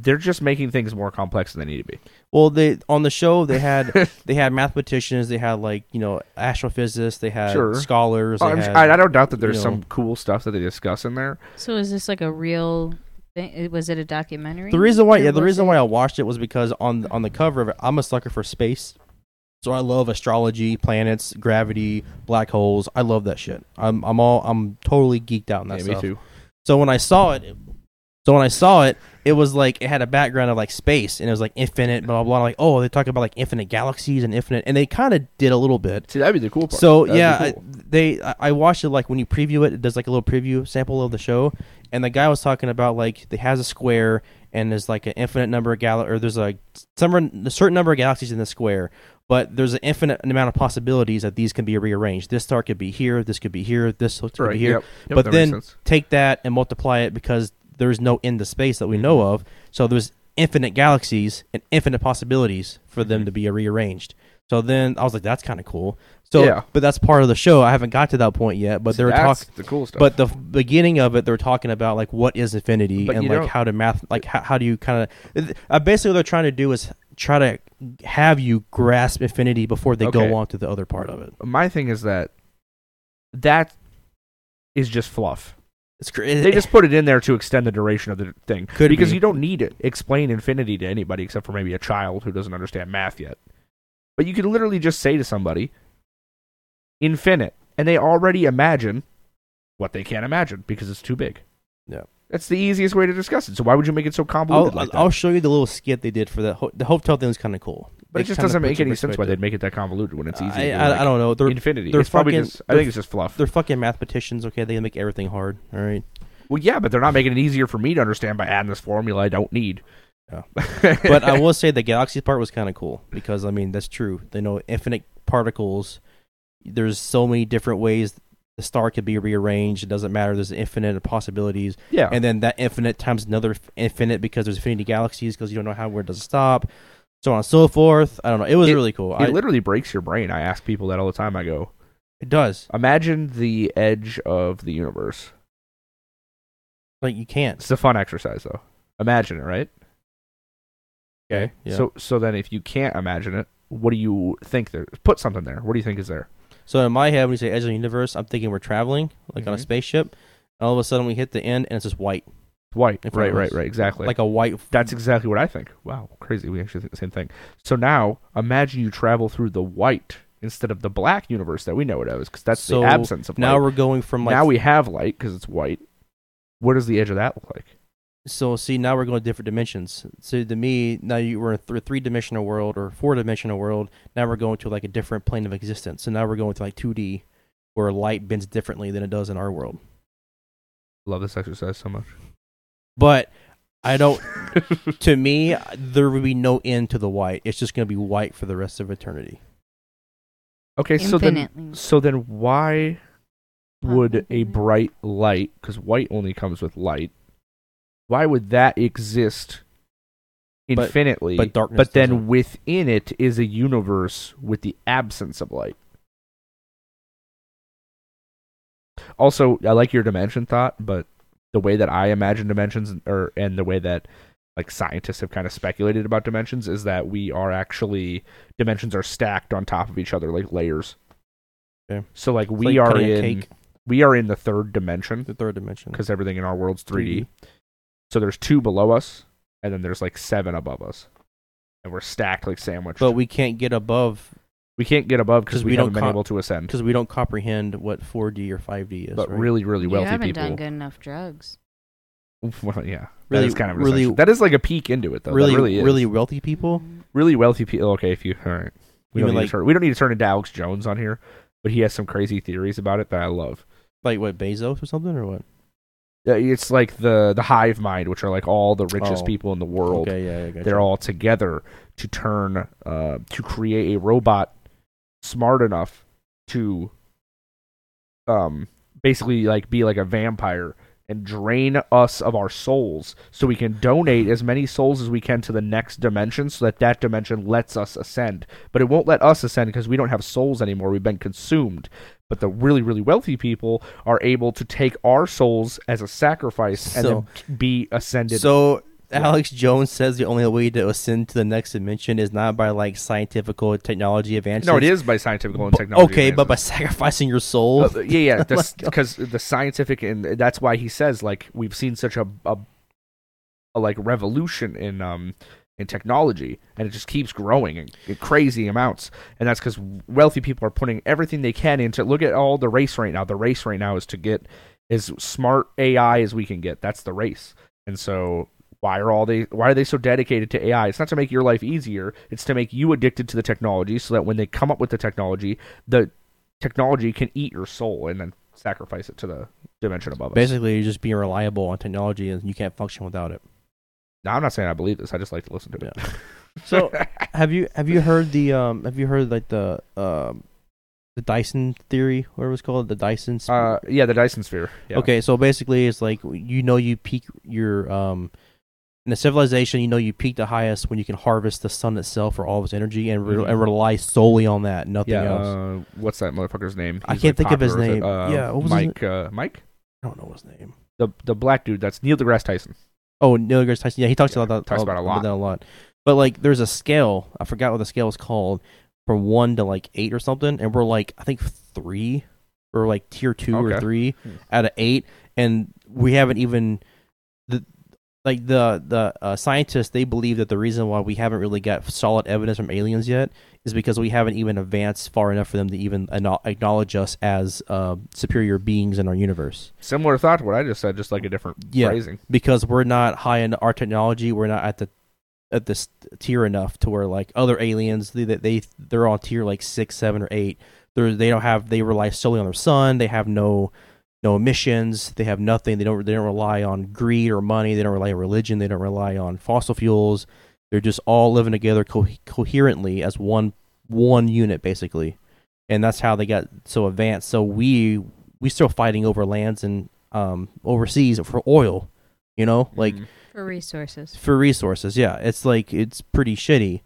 Speaker 2: they're just making things more complex than they need to be.
Speaker 3: Well, they on the show they had they had mathematicians, they had like you know astrophysicists, they had
Speaker 2: Sure.
Speaker 3: scholars.
Speaker 2: Oh,
Speaker 3: they
Speaker 2: I'm-
Speaker 3: had-
Speaker 2: I, I don't doubt that
Speaker 3: you
Speaker 2: there's
Speaker 3: know.
Speaker 2: some cool stuff that they discuss in there.
Speaker 1: So is this like a real thing? It- Was it a documentary?
Speaker 3: The reason why,
Speaker 1: Or
Speaker 3: yeah, the
Speaker 1: was
Speaker 3: reason
Speaker 1: it-
Speaker 3: why I watched it was because on on the cover of it, I'm a sucker for space, so I love astrology, planets, gravity, black holes. I love that shit. I'm I'm all I'm totally geeked out in that
Speaker 2: Yeah, me
Speaker 3: stuff.
Speaker 2: too.
Speaker 3: So when I saw it, it- so when I saw it, it was like it had a background of like space and it was like infinite, blah blah. blah. Like oh, they talk about like infinite galaxies and infinite, and they kind of did a little bit.
Speaker 2: See, that'd be the cool part.
Speaker 3: So
Speaker 2: That'd be
Speaker 3: yeah, I,
Speaker 2: cool.
Speaker 3: they I, I watched it like when you preview it, it does like a little preview sample of the show, and the guy was talking about like it has a square and there's like an infinite number of gal or there's a some a certain number of galaxies in the square, but there's an infinite amount of possibilities that these can be rearranged. This star could be here, this could be here, this could
Speaker 2: right
Speaker 3: be here.
Speaker 2: yep. Yep,
Speaker 3: but
Speaker 2: that makes
Speaker 3: then
Speaker 2: sense.
Speaker 3: Take that and multiply it because there's no end to space that we know
Speaker 2: Mm-hmm.
Speaker 3: of, so there's infinite galaxies and infinite possibilities for them
Speaker 2: Mhm.
Speaker 3: to be rearranged. So then I was like, that's kind of cool. So,
Speaker 2: Yeah.
Speaker 3: but that's part of the show. I haven't got to that point yet. But
Speaker 2: See,
Speaker 3: they were
Speaker 2: that's
Speaker 3: talking.
Speaker 2: the cool stuff.
Speaker 3: But the f- beginning of it, they were talking about like what is infinity
Speaker 2: But
Speaker 3: and
Speaker 2: you
Speaker 3: like
Speaker 2: don't-
Speaker 3: how to math, like how, how do you kind of uh, basically what they're trying to do is try to have you grasp infinity before they
Speaker 2: Okay.
Speaker 3: go on to the other part of it.
Speaker 2: my thing is that that is just fluff.
Speaker 3: It's crazy.
Speaker 2: They just put it in there to extend the duration of the thing
Speaker 3: Could
Speaker 2: because
Speaker 3: be.
Speaker 2: you don't need to explain infinity to anybody except for maybe a child who doesn't understand math yet. But you could literally just say to somebody infinite and they already imagine what they can't imagine because it's too big.
Speaker 3: Yeah.
Speaker 2: That's the easiest way to discuss it. So why would you make it so
Speaker 3: I'll,
Speaker 2: convoluted like that?
Speaker 3: I'll show you the little skit they did for the ho- the hotel thing was kind of cool.
Speaker 2: but it
Speaker 3: Like,
Speaker 2: just
Speaker 3: kinda
Speaker 2: doesn't
Speaker 3: puts
Speaker 2: make
Speaker 3: it in
Speaker 2: any sense why
Speaker 3: perspective.
Speaker 2: they'd make it that convoluted when it's easy.
Speaker 3: I,
Speaker 2: to do,
Speaker 3: I,
Speaker 2: like,
Speaker 3: I don't know. They're
Speaker 2: infinity.
Speaker 3: they're
Speaker 2: it's probably
Speaker 3: fucking-
Speaker 2: just. I think
Speaker 3: they're-
Speaker 2: it's just fluff.
Speaker 3: they're fucking mathematicians. Okay, they make everything hard. All right.
Speaker 2: Well, yeah, but they're not making it easier for me to understand by adding this formula I don't need.
Speaker 3: Yeah. but I will say the galaxy part was kind of cool because I mean that's true. They know infinite particles. There's so many different ways the star could be rearranged. It doesn't matter. There's infinite possibilities,
Speaker 2: yeah,
Speaker 3: and then that infinite times another f- infinite because there's infinity galaxies because you don't know how where it does stop, so on and so forth. I don't know. It was
Speaker 2: It-
Speaker 3: really cool. I,
Speaker 2: it literally breaks your brain. I ask people that all the time. I go,
Speaker 3: it does.
Speaker 2: imagine the edge of the universe.
Speaker 3: Like you can't.
Speaker 2: It's a fun exercise, though. Imagine it, right? Okay.
Speaker 3: Yeah.
Speaker 2: So, so then if you can't imagine it, what do you think there? Put something there. What do you think is there?
Speaker 3: So in my head, when you say edge of the universe, I'm thinking we're traveling like on a
Speaker 2: Mhm.
Speaker 3: spaceship. And all of a sudden, we hit the end, and it's just white,
Speaker 2: White.
Speaker 3: If
Speaker 2: Right.
Speaker 3: it
Speaker 2: Right.
Speaker 3: was
Speaker 2: Right. Exactly.
Speaker 3: like a white.
Speaker 2: That's exactly what I think. Wow, crazy. We actually think the same thing. So now, imagine you travel through the white instead of the black universe that we know it as, because that's
Speaker 3: So,
Speaker 2: the absence of
Speaker 3: now
Speaker 2: light.
Speaker 3: we're going from like
Speaker 2: now we have light because it's white. What does the edge of that look like?
Speaker 3: So see, now we're going different dimensions. So to me, now you were in th- three dimensional world or four dimensional world. Now we're going to like a different plane of existence. So now we're going to like two D, where light bends differently than it does in our world.
Speaker 2: Love this exercise so much.
Speaker 3: But I don't. to me, there would be no end to the white. It's just going to be white for the rest of eternity.
Speaker 2: Okay, so then,
Speaker 1: Infinitely.
Speaker 2: so then why would a
Speaker 1: Possibly.
Speaker 2: bright light, because white only comes with light, why would that exist
Speaker 3: But-
Speaker 2: infinitely?
Speaker 3: but darkness
Speaker 2: But then
Speaker 3: doesn't.
Speaker 2: within it is a universe with the absence of light. Also, I like your dimension thought, but the way that I imagine dimensions, or and the way that like scientists have kind of speculated about dimensions, is that we are actually dimensions are stacked on top of each other like layers.
Speaker 3: Okay.
Speaker 2: So like
Speaker 3: It's
Speaker 2: we
Speaker 3: like
Speaker 2: are
Speaker 3: cutting a
Speaker 2: in
Speaker 3: cake, Mm.
Speaker 2: we are in the third dimension
Speaker 3: the third dimension.
Speaker 2: because everything in our world's 3D. So there's two below us, and then there's like seven above us, and we're stacked like sandwiched.
Speaker 3: But we can't get above
Speaker 2: we can't get above because
Speaker 3: 'Cause
Speaker 2: we,
Speaker 3: we don't
Speaker 2: haven't been
Speaker 3: con-
Speaker 2: able to ascend.
Speaker 3: because we don't comprehend what four D or five D is.
Speaker 2: But
Speaker 3: right?
Speaker 2: really, really
Speaker 1: you
Speaker 2: wealthy
Speaker 1: haven't
Speaker 2: people.
Speaker 1: done good enough drugs.
Speaker 2: Well, yeah, that
Speaker 3: Really-
Speaker 2: is kind of
Speaker 3: really-
Speaker 2: really that is like a peek into it though. That
Speaker 3: really,
Speaker 2: really, is.
Speaker 3: really wealthy people.
Speaker 1: Mm,
Speaker 2: really wealthy people. Okay, if you all right, we
Speaker 3: You
Speaker 2: don't
Speaker 3: mean
Speaker 2: need
Speaker 3: like-
Speaker 2: to turn, we don't need to turn into Alex Jones on here, but he has some crazy theories about it that I love.
Speaker 3: Like what Bezos or something or what?
Speaker 2: Uh, It's like the the hive mind, which are like all the richest
Speaker 3: Oh.
Speaker 2: people in the world.
Speaker 3: Okay, yeah, yeah, gotcha.
Speaker 2: they're all together to turn uh, to create a robot smart enough to um basically like be like a vampire and drain us of our souls so we can donate as many souls as we can to the next dimension so that that dimension lets us ascend but it won't let us ascend because we don't have souls anymore we've been consumed but the really really wealthy people are able to take our souls as a sacrifice
Speaker 3: So-
Speaker 2: and then be ascended
Speaker 3: So Alex Jones says the only way to ascend to the next dimension is not by like scientific or technology advances.
Speaker 2: no it is by scientific and
Speaker 3: Bu-
Speaker 2: technology
Speaker 3: Okay, but Oh by
Speaker 2: advances.
Speaker 3: sacrificing your soul,
Speaker 2: Uh, yeah, yeah,
Speaker 3: Like-
Speaker 2: because the scientific, and that's why he says like we've seen such a, a a like revolution in um in technology, and it just keeps growing in, in crazy amounts. And that's because wealthy people are putting everything they can into. Look at all the race right now. The race right now is to get as smart AI as we can get. That's the race. And so why are all they why are they so dedicated to AI? It's not to make your life easier, it's to make you addicted to the technology so that when they come up with the technology, the technology can eat your soul and then sacrifice it to the dimension above us.
Speaker 3: Basically, you're just being reliable on technology, and you can't function without it.
Speaker 2: Now I'm not saying I believe this, I just like to listen to it.
Speaker 3: So, have you have you heard the um have you heard like the um the Dyson theory, whatever it's called, the Dyson? sp-
Speaker 2: uh yeah, the Dyson sphere. Yeah.
Speaker 3: Okay, so basically, it's like you know you peak your um in a civilization, you know you peak the highest when you can harvest the sun itself for all of its energy and, re-
Speaker 2: Mhm.
Speaker 3: and rely solely on that, nothing
Speaker 2: Yeah,
Speaker 3: else.
Speaker 2: uh, what's that motherfucker's name?
Speaker 3: I
Speaker 2: He's,
Speaker 3: can't think of his
Speaker 2: popular with it.
Speaker 3: name.
Speaker 2: Uh,
Speaker 3: Yeah, what was his
Speaker 2: Mike. Uh, Mike,
Speaker 3: I don't know his name.
Speaker 2: the the black dude. That's Neil deGrasse Tyson.
Speaker 3: Oh, Neil deGrasse Tyson. Yeah, he talks
Speaker 2: Yeah,
Speaker 3: about that.
Speaker 2: talks about it a lot.
Speaker 3: that a lot. But like, there's a scale. I forgot what the scale is called, from one to like eight or something, and we're like, I think three, or like tier two
Speaker 2: Okay.
Speaker 3: or three
Speaker 2: Hmm.
Speaker 3: out of eight, and we haven't even the like the the uh, scientists they believe that the reason why we haven't really got solid evidence from aliens yet is because we haven't even advanced far enough for them to even ano- acknowledge us as uh, superior beings in our universe
Speaker 2: Similar thought to what I just said, just like a different
Speaker 3: Yeah.
Speaker 2: phrasing.
Speaker 3: because we're not high in our technology. We're not at the at this tier enough to where like other aliens they they they're on tier like six, seven, or eight. They're they don't have they rely solely on their sun. They have no no emissions. They have nothing. They don't they don't rely on greed or money. They don't rely on religion. They don't rely on fossil fuels. They're just all living together co- coherently as one one unit basically, and that's how they got so advanced. So we we still fighting over lands and um overseas for oil, you know, like
Speaker 2: Mhm.
Speaker 1: for resources.
Speaker 3: for resources. Yeah, it's like it's pretty shitty.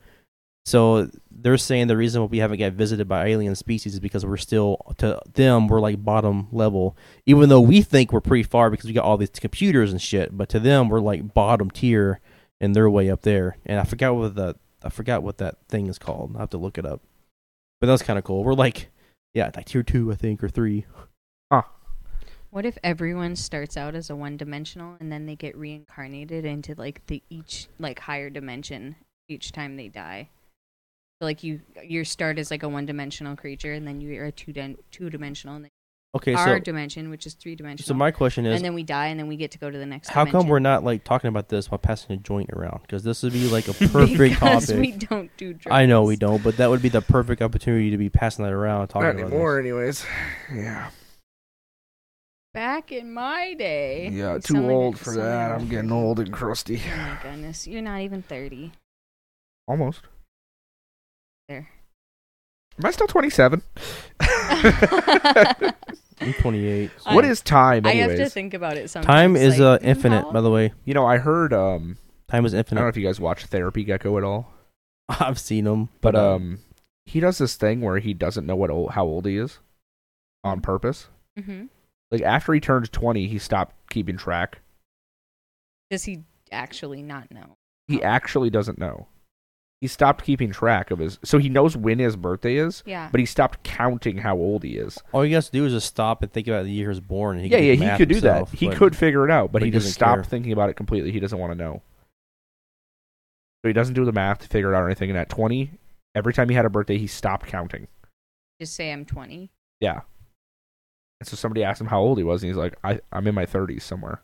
Speaker 3: So they're saying the reason why we haven't got visited by alien species is because we're still to them we're like bottom level, even though we think we're pretty far because we got all these computers and shit. But to them we're like bottom tier, and they're way up there. And I forgot what the I forgot what that thing is called. I have to look it up. But that's kind of cool. We're like, yeah, like tier two, I think, or three.
Speaker 1: What if everyone starts out as a one dimensional and then they get reincarnated into like the each like higher dimension each time they die? So like you your start as like a one dimensional creature and then you are two den- two dimensional and then
Speaker 3: Okay,
Speaker 1: our
Speaker 3: so
Speaker 1: dimension which is three dimensional.
Speaker 3: so my question is,
Speaker 1: and then we die and then we get to go to the next
Speaker 3: How
Speaker 1: dimension.
Speaker 3: come we're not like talking about this while passing a joint around? Because this would be like a perfect
Speaker 1: because
Speaker 3: topic.
Speaker 1: we don't do drugs.
Speaker 3: I know we don't, but that would be the perfect opportunity to be passing that around. Talking
Speaker 2: Not
Speaker 3: about
Speaker 2: anymore, anyways. Yeah.
Speaker 1: Back in my day.
Speaker 2: Yeah,
Speaker 1: You
Speaker 2: too
Speaker 1: sound like-
Speaker 2: old for
Speaker 1: sound like
Speaker 2: that.
Speaker 1: I'm
Speaker 2: I'm getting
Speaker 1: 30.
Speaker 2: old and crusty.
Speaker 1: Oh my goodness, you're not even thirty.
Speaker 2: Almost.
Speaker 1: There.
Speaker 2: Am I still 27?
Speaker 3: This. I'm 28. so-
Speaker 2: what
Speaker 1: I-
Speaker 2: is time,
Speaker 1: I have
Speaker 2: anyways?
Speaker 1: to think about it sometimes.
Speaker 3: time? Is uh,
Speaker 1: like,
Speaker 3: infinite,
Speaker 1: how-
Speaker 3: by the way.
Speaker 2: you know, I heard. Um,
Speaker 3: Time is
Speaker 2: I don't know
Speaker 3: infinite.
Speaker 2: if you guys watch Therapy Gecko at all,
Speaker 3: I've seen uh, them,
Speaker 2: but um, he does this thing where he doesn't know what old, how old he is on
Speaker 1: Hmm.
Speaker 2: purpose.
Speaker 1: Mhm.
Speaker 2: Like after he turned 20, he stopped keeping track.
Speaker 1: Does he actually not know?
Speaker 2: He actually doesn't know. He stopped keeping track of his, so he knows when his birthday is,
Speaker 1: Yeah.
Speaker 2: but he stopped counting how old he is.
Speaker 3: all you guys do is just stop and think about the year he was born. And he
Speaker 2: yeah,
Speaker 3: can
Speaker 2: yeah, he
Speaker 3: math
Speaker 2: could do
Speaker 3: himself,
Speaker 2: that. He
Speaker 3: but-
Speaker 2: could figure it out, but,
Speaker 3: but
Speaker 2: he,
Speaker 3: he
Speaker 2: just
Speaker 3: doesn't
Speaker 2: stopped
Speaker 3: care.
Speaker 2: thinking about it completely. He doesn't want to know. So he doesn't do the math to figure it out or anything. And at 20, every time he had a birthday, he stopped counting.
Speaker 1: Just say I'm 20.
Speaker 2: Yeah. And so somebody asked him how old he was, and he's like, I, I'm in my 30s somewhere.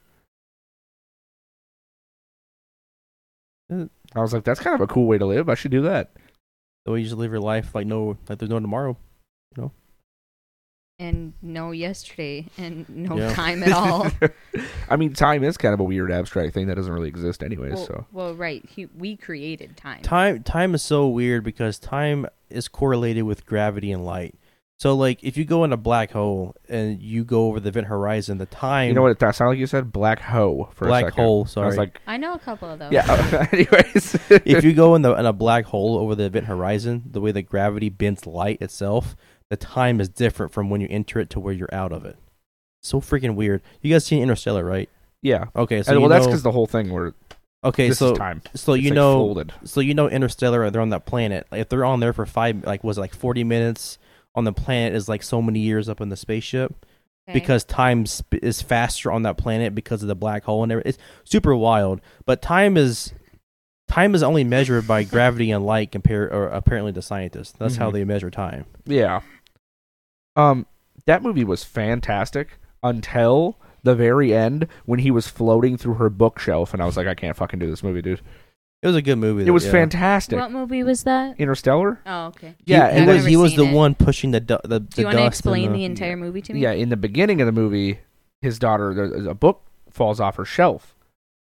Speaker 3: Uh,
Speaker 2: I was like, that's kind of a cool way to live. I should do that.
Speaker 3: The way you just live your life, like no, like there's no tomorrow.
Speaker 1: And no yesterday and no
Speaker 3: Yeah.
Speaker 1: time at all.
Speaker 2: I mean, time is kind of a weird abstract thing that doesn't really exist, anyways.
Speaker 1: well,
Speaker 2: so
Speaker 1: well, right. He, we created time.
Speaker 3: Time, time is so weird because time is correlated with gravity and light. So, like, if you go in a black hole and you go over the event horizon, the time
Speaker 2: you know what? That sounded like you said black hoe for a
Speaker 3: black
Speaker 2: second.
Speaker 3: hole.
Speaker 2: I
Speaker 3: Sorry,
Speaker 2: was like,
Speaker 1: I know a couple of those.
Speaker 2: yeah. anyways,
Speaker 3: if you go in the in a black hole over the event horizon, the way the gravity bends light itself, the time is different from when you enter it to where you're out of it. So freaking weird. You guys seen Interstellar, right?
Speaker 2: yeah.
Speaker 3: Okay, so
Speaker 2: And,
Speaker 3: you
Speaker 2: well,
Speaker 3: know,
Speaker 2: that's because the whole thing where
Speaker 3: okay,
Speaker 2: this
Speaker 3: so
Speaker 2: is time.
Speaker 3: so
Speaker 2: It's,
Speaker 3: you
Speaker 2: like,
Speaker 3: know
Speaker 2: folded.
Speaker 3: so you know Interstellar, they're on that planet. Like, if they're on there for five, like was it like forty minutes on the planet is like so many years up in the spaceship.
Speaker 1: Okay.
Speaker 3: because time sp- is faster on that planet because of the black hole and everything. It's super wild, but time is time is only measured by gravity and light compared or apparently to scientists. That's how
Speaker 2: Mhm.
Speaker 3: they measure time.
Speaker 2: Yeah. Um, that movie was fantastic until the very end when he was floating through her bookshelf, and I was like, I can't fucking do this movie, dude.
Speaker 3: It was a good movie.
Speaker 2: It
Speaker 3: though,
Speaker 2: was
Speaker 3: yeah.
Speaker 2: fantastic.
Speaker 1: what movie was that?
Speaker 2: Interstellar.
Speaker 1: Oh, okay.
Speaker 3: He-
Speaker 2: Yeah,
Speaker 3: he,
Speaker 2: and
Speaker 3: was
Speaker 1: I've
Speaker 3: he was
Speaker 1: never
Speaker 3: the
Speaker 1: seen it.
Speaker 3: one pushing the du- the, the
Speaker 1: Do you want to
Speaker 3: dust and
Speaker 1: explain
Speaker 3: the-
Speaker 1: the entire movie to me?
Speaker 2: Yeah, in the beginning of the movie, his daughter, there's a book falls off her shelf.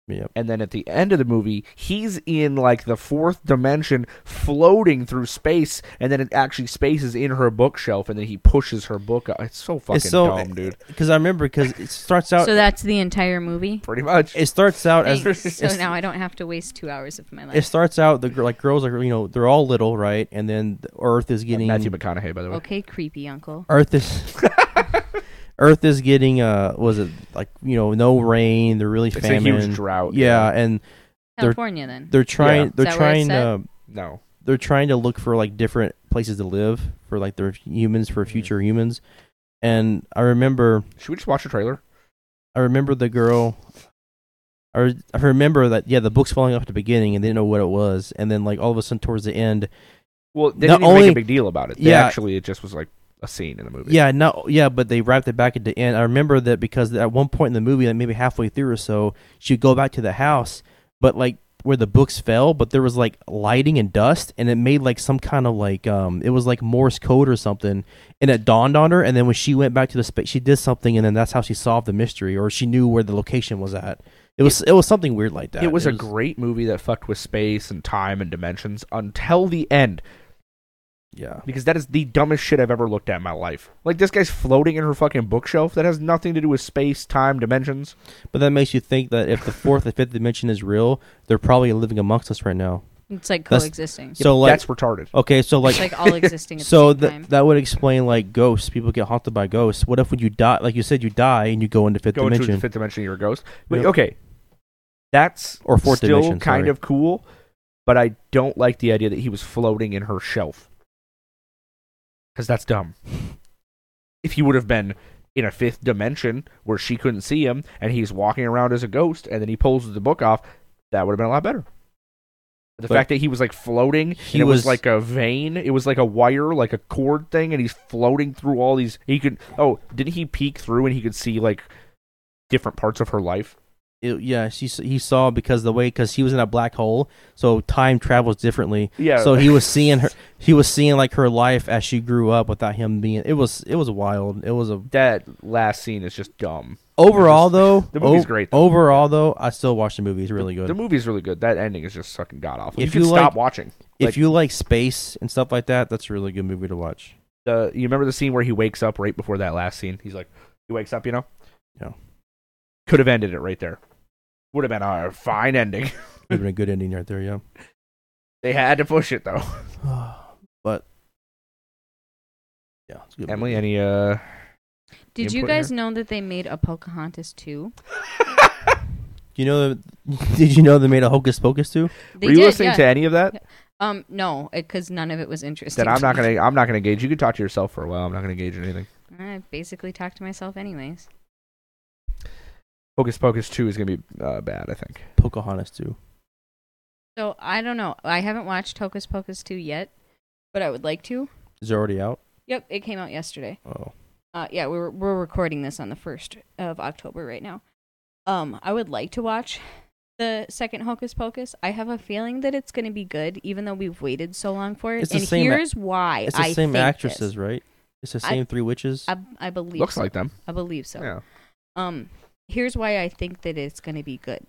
Speaker 3: Yep.
Speaker 2: And then at the end of the movie, he's in like the fourth dimension, floating through space, and then it actually space is in her bookshelf, and then he pushes her book. Up. It's so fucking
Speaker 3: It's so
Speaker 2: dumb, dude.
Speaker 3: Because I remember because it starts out
Speaker 1: So that's the entire movie.
Speaker 2: Pretty much.
Speaker 3: it starts out as
Speaker 1: Thanks. So
Speaker 3: it's-
Speaker 1: now I don't have to waste two hours of my
Speaker 3: it
Speaker 1: life.
Speaker 3: starts out the gir- like girls are you know they're all little right and then the Earth is getting
Speaker 2: Matthew McConaughey, by the way.
Speaker 1: Okay, creepy uncle.
Speaker 3: Earth is Earth is getting uh was it like you know no rain they're really
Speaker 2: It's a
Speaker 3: famine
Speaker 2: huge drought.
Speaker 3: yeah and They're-
Speaker 1: California then.
Speaker 3: they're trying
Speaker 2: Yeah.
Speaker 3: they're
Speaker 1: that where it's
Speaker 3: trying to
Speaker 2: No.
Speaker 3: they're trying to look for like different places to live for like their humans for
Speaker 2: Mhm.
Speaker 3: future humans and I remember
Speaker 2: Should we just watch the trailer?
Speaker 3: I remember the girl. I, re- I remember that yeah the book's falling off at the beginning and they didn't know what it was and then like all of a sudden towards the end
Speaker 2: Well, they
Speaker 3: Not
Speaker 2: didn't even
Speaker 3: only-
Speaker 2: make a big deal about it. They
Speaker 3: Yeah.
Speaker 2: Actually, it just was like a scene in the movie.
Speaker 3: Yeah, no, yeah, but they wrapped it back at the end. I remember that because at one point in the movie, like maybe halfway through or so, she'd go back to the house, but like where the books fell, but there was like lighting and dust, and it made like some kind of like um, it was like Morse code or something, and it dawned on her. And then when she went back to the space, she did something, and then that's how she solved the mystery, or she knew where the location was at. It was it, was something weird like that.
Speaker 2: It was a great movie that fucked with space and time and dimensions until the end
Speaker 3: yeah.
Speaker 2: because that is the dumbest shit I've ever looked at in my life. Like this guy's floating in her fucking bookshelf that has nothing to do with space, time, dimensions.
Speaker 3: But that makes you think that if the fourth and fifth dimension is real, they're probably living amongst us right now.
Speaker 1: It's like
Speaker 3: That's-
Speaker 1: coexisting.
Speaker 3: So like
Speaker 2: That's retarded.
Speaker 3: okay, so like
Speaker 1: It's like all existing at
Speaker 3: so
Speaker 1: the same
Speaker 3: that
Speaker 1: time.
Speaker 3: that would explain like ghosts. People get haunted by ghosts. What if when you die, like you said, you die and you go into fifth
Speaker 2: Go into
Speaker 3: dimension?
Speaker 2: the fifth dimension, you're a ghost. But
Speaker 3: Yep.
Speaker 2: okay, that's
Speaker 3: Or fourth
Speaker 2: still
Speaker 3: dimension,
Speaker 2: kind
Speaker 3: sorry.
Speaker 2: of cool. But I don't like the idea that he was floating in her shelf because that's dumb. If he would have been in a fifth dimension where she couldn't see him and he's walking around as a ghost and then he pulls the book off, that would have been a lot better. The
Speaker 3: But
Speaker 2: fact that he was like floating,
Speaker 3: he
Speaker 2: and it was,
Speaker 3: was-
Speaker 2: like a vein, it was like a wire, like a cord thing, and he's floating through all these. He could, oh, didn't he peek through and he could see like different parts of her life?
Speaker 3: It- yeah, she s- he saw because the way because he was in a black hole, so time travels differently.
Speaker 2: Yeah.
Speaker 3: So he was seeing her. He was seeing like her life as she grew up without him being. It was it was wild. It was a
Speaker 2: That last scene is just dumb.
Speaker 3: overall
Speaker 2: just-
Speaker 3: though.
Speaker 2: the movie's
Speaker 3: o-
Speaker 2: great, though.
Speaker 3: Overall though, I still watch the movie. It's really good.
Speaker 2: The movie's really good. That ending is just fucking god awful. You
Speaker 3: If
Speaker 2: can
Speaker 3: you
Speaker 2: stop
Speaker 3: like-
Speaker 2: watching.
Speaker 3: if
Speaker 2: like-
Speaker 3: you like space and stuff like that, that's a really good movie to watch.
Speaker 2: The you remember the scene where he wakes up right before that last scene? He's like, he wakes up, you know.
Speaker 3: Yeah.
Speaker 2: Could have ended it right there. Would have been a fine ending.
Speaker 3: Even a good ending right there. Yeah.
Speaker 2: They had to push it though.
Speaker 3: but yeah, it's a good.
Speaker 2: Emily,
Speaker 3: movie.
Speaker 2: any uh?
Speaker 1: Did you
Speaker 2: input
Speaker 1: guys
Speaker 2: here?
Speaker 1: know that they made a Pocahontas 2?
Speaker 3: you know, did you know they made a Hocus Pocus too?
Speaker 1: They
Speaker 2: Were you
Speaker 1: did,
Speaker 2: listening
Speaker 1: yeah.
Speaker 2: to any of that?
Speaker 1: Um, no, because none of it was interesting.
Speaker 2: Then I'm not
Speaker 1: to me.
Speaker 2: gonna I'm not gonna gauge. You can talk to yourself for a while. I'm not gonna gauge anything.
Speaker 1: I basically talked to myself, anyways.
Speaker 2: Hocus Pocus Two is gonna be uh, bad. I think.
Speaker 3: Pocahontas too.
Speaker 1: So I don't know. I haven't watched Hocus Pocus 2 yet, but I would like to.
Speaker 3: Is it already out?
Speaker 1: Yep, it came out yesterday.
Speaker 3: Oh,
Speaker 1: Uh, yeah, we're we're recording this on the first of October right now. Um, I would like to watch the second Hocus Pocus. I have a feeling that it's going to be good, even though we've waited so long for it.
Speaker 3: It's the
Speaker 1: and
Speaker 3: same ac-
Speaker 1: here's why.
Speaker 3: it's the
Speaker 1: I
Speaker 3: same
Speaker 1: think
Speaker 3: actresses,
Speaker 1: this.
Speaker 3: right? It's the
Speaker 1: I-
Speaker 3: same three witches.
Speaker 1: I, I believe.
Speaker 2: Looks
Speaker 1: so.
Speaker 2: like them.
Speaker 1: I believe so.
Speaker 2: Yeah.
Speaker 1: Um, here's why I think that it's going to be good.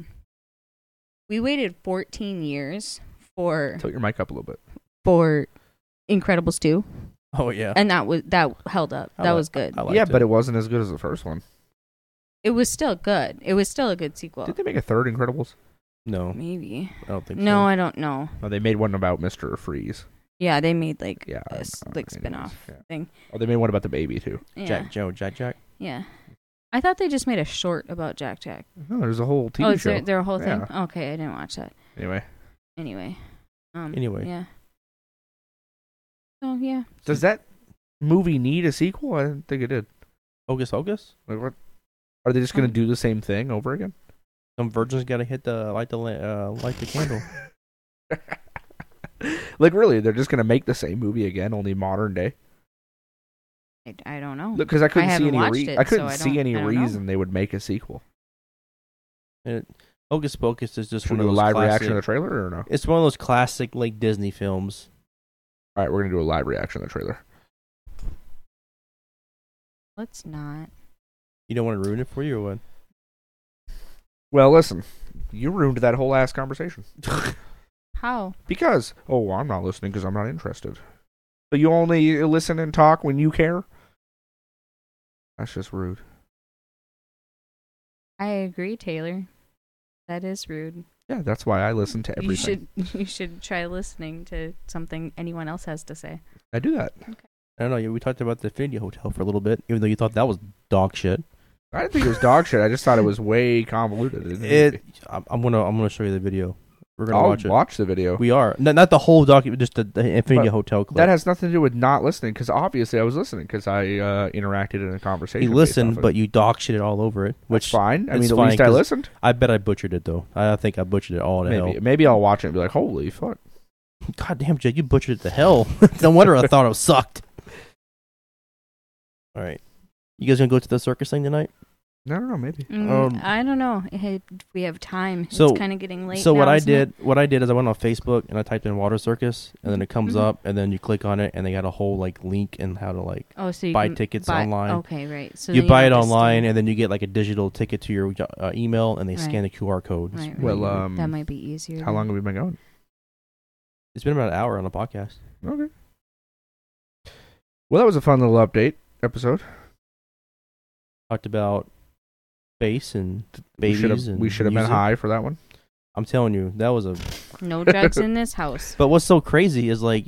Speaker 1: We waited 14 years for
Speaker 2: Tilt your mic up a little bit.
Speaker 1: for Incredible Stew,
Speaker 3: oh yeah,
Speaker 1: and that was that held up.
Speaker 3: I
Speaker 1: that
Speaker 3: like-
Speaker 1: was good.
Speaker 3: I liked
Speaker 2: yeah, but
Speaker 3: it.
Speaker 2: it wasn't as good as the first one.
Speaker 1: It was still good. It was still a good sequel.
Speaker 2: Did they make a third Incredibles?
Speaker 3: no,
Speaker 1: Maybe.
Speaker 3: I don't think
Speaker 1: No,
Speaker 3: so.
Speaker 1: I don't know.
Speaker 2: No, they made one about Mister Freeze.
Speaker 1: Yeah, they made like
Speaker 2: Yeah,
Speaker 1: a s-
Speaker 2: I- I
Speaker 1: like
Speaker 2: know
Speaker 1: spin off
Speaker 2: this, Uh, yeah.
Speaker 1: thing.
Speaker 2: Oh, they made one about the baby too.
Speaker 1: Yeah.
Speaker 3: Jack Joe, Jack Jack.
Speaker 1: Yeah. I thought they just made a short about Jack Jack.
Speaker 2: No, there's a whole TV
Speaker 1: oh, it's
Speaker 2: show.
Speaker 1: their, their whole thing.
Speaker 2: Yeah.
Speaker 1: Okay, I didn't watch that.
Speaker 2: Anyway,
Speaker 1: Anyway. Um,
Speaker 3: Anyway.
Speaker 1: Yeah. Oh yeah.
Speaker 2: does that movie need a sequel? I didn't think it did.
Speaker 3: Hocus Hocus?
Speaker 2: Like, what? Are they just
Speaker 1: Hmm.
Speaker 2: gonna do the same thing over again?
Speaker 3: Some virgins gotta hit the light the la- uh, light the candle.
Speaker 2: like really, they're just gonna make the same movie again, only modern day.
Speaker 1: I, Hmm. I don't know.
Speaker 2: Because I couldn't see
Speaker 1: haven't
Speaker 2: any.
Speaker 1: watched
Speaker 2: Re-
Speaker 1: it,
Speaker 2: I couldn't
Speaker 1: so I
Speaker 2: see
Speaker 1: don't-
Speaker 2: any
Speaker 1: I don't know.
Speaker 2: reason they would make a sequel.
Speaker 3: Hocus Pocus is just
Speaker 2: Should we
Speaker 3: one
Speaker 2: do a
Speaker 3: of those
Speaker 2: live
Speaker 3: classic,
Speaker 2: reaction of the trailer or no?
Speaker 3: It's one of those classic like Disney films.
Speaker 2: All right, we're gonna do a live reaction of the trailer.
Speaker 1: Let's not.
Speaker 3: You don't want to ruin it for you or what?
Speaker 2: Well, listen, you ruined that whole ass conversation
Speaker 1: How?
Speaker 2: because oh, I'm not listening because I'm not interested. So you only listen and talk when you care. That's just rude.
Speaker 1: I agree, Taylor. That is rude.
Speaker 2: Yeah, that's why I listen to everything.
Speaker 1: You should you should try listening to something anyone else has to say.
Speaker 2: I do that.
Speaker 3: I don't know. yeah, We talked about the Infinity Hotel for a little bit, even though you thought that was dog shit.
Speaker 2: I didn't think it was dog shit. I just thought it was way convoluted. It, didn't
Speaker 3: It. I'm I'm gonna. I'm gonna show you the video. We're
Speaker 2: be.
Speaker 3: gonna
Speaker 2: I'll
Speaker 3: watch it.
Speaker 2: watch the video.
Speaker 3: We are no, not the whole document, just the, the Infinity
Speaker 2: But
Speaker 3: Hotel clip.
Speaker 2: that has nothing to do with not listening because obviously I was listening because I uh, interacted in a conversation.
Speaker 3: you listened, but you dog shit it all over it,
Speaker 2: which
Speaker 3: which
Speaker 2: fine. I mean,
Speaker 3: it's
Speaker 2: at
Speaker 3: fine,
Speaker 2: least I
Speaker 3: 'cause
Speaker 2: listened.
Speaker 3: I bet I butchered it though. I think I butchered it all to
Speaker 2: Maybe maybe I'll watch it and be like, holy fuck.
Speaker 3: hell. God damn, Jake, you butchered it to hell. no wonder I thought it sucked. All right, you guys gonna go to the circus thing tonight?
Speaker 2: No, no, no, maybe.
Speaker 1: Mm,
Speaker 3: Um,
Speaker 1: I don't know if we have time.
Speaker 3: So-
Speaker 1: it's kind of getting late.
Speaker 3: so
Speaker 1: now,
Speaker 3: what I
Speaker 1: isn't it?
Speaker 3: did, what I did is I went on Facebook and I typed in water circus, and then it comes
Speaker 1: Mhm.
Speaker 3: up, and then you click on it, and they got a whole like link and how to like
Speaker 1: Oh, so you
Speaker 3: buy
Speaker 1: can
Speaker 3: tickets
Speaker 1: buy-
Speaker 3: online.
Speaker 1: Okay, right. So
Speaker 3: you
Speaker 1: then
Speaker 3: buy it
Speaker 1: have to
Speaker 3: online,
Speaker 1: scan-
Speaker 3: and then you get like a digital ticket to your uh, email, and they
Speaker 1: Right.
Speaker 3: scan the QR code. It's
Speaker 1: Right, right,
Speaker 2: Well,
Speaker 1: right.
Speaker 2: um,
Speaker 1: that might be easier.
Speaker 2: How
Speaker 1: than-
Speaker 2: long have we been going?
Speaker 3: It's been about an hour on the podcast.
Speaker 2: Okay. Well, that was a fun little update episode.
Speaker 3: Talked about bass and
Speaker 2: We should have
Speaker 3: babies and
Speaker 2: we should have been
Speaker 3: music.
Speaker 2: high for that one.
Speaker 3: I'm telling you, that was a.
Speaker 1: No drugs in this house.
Speaker 3: But what's so crazy is like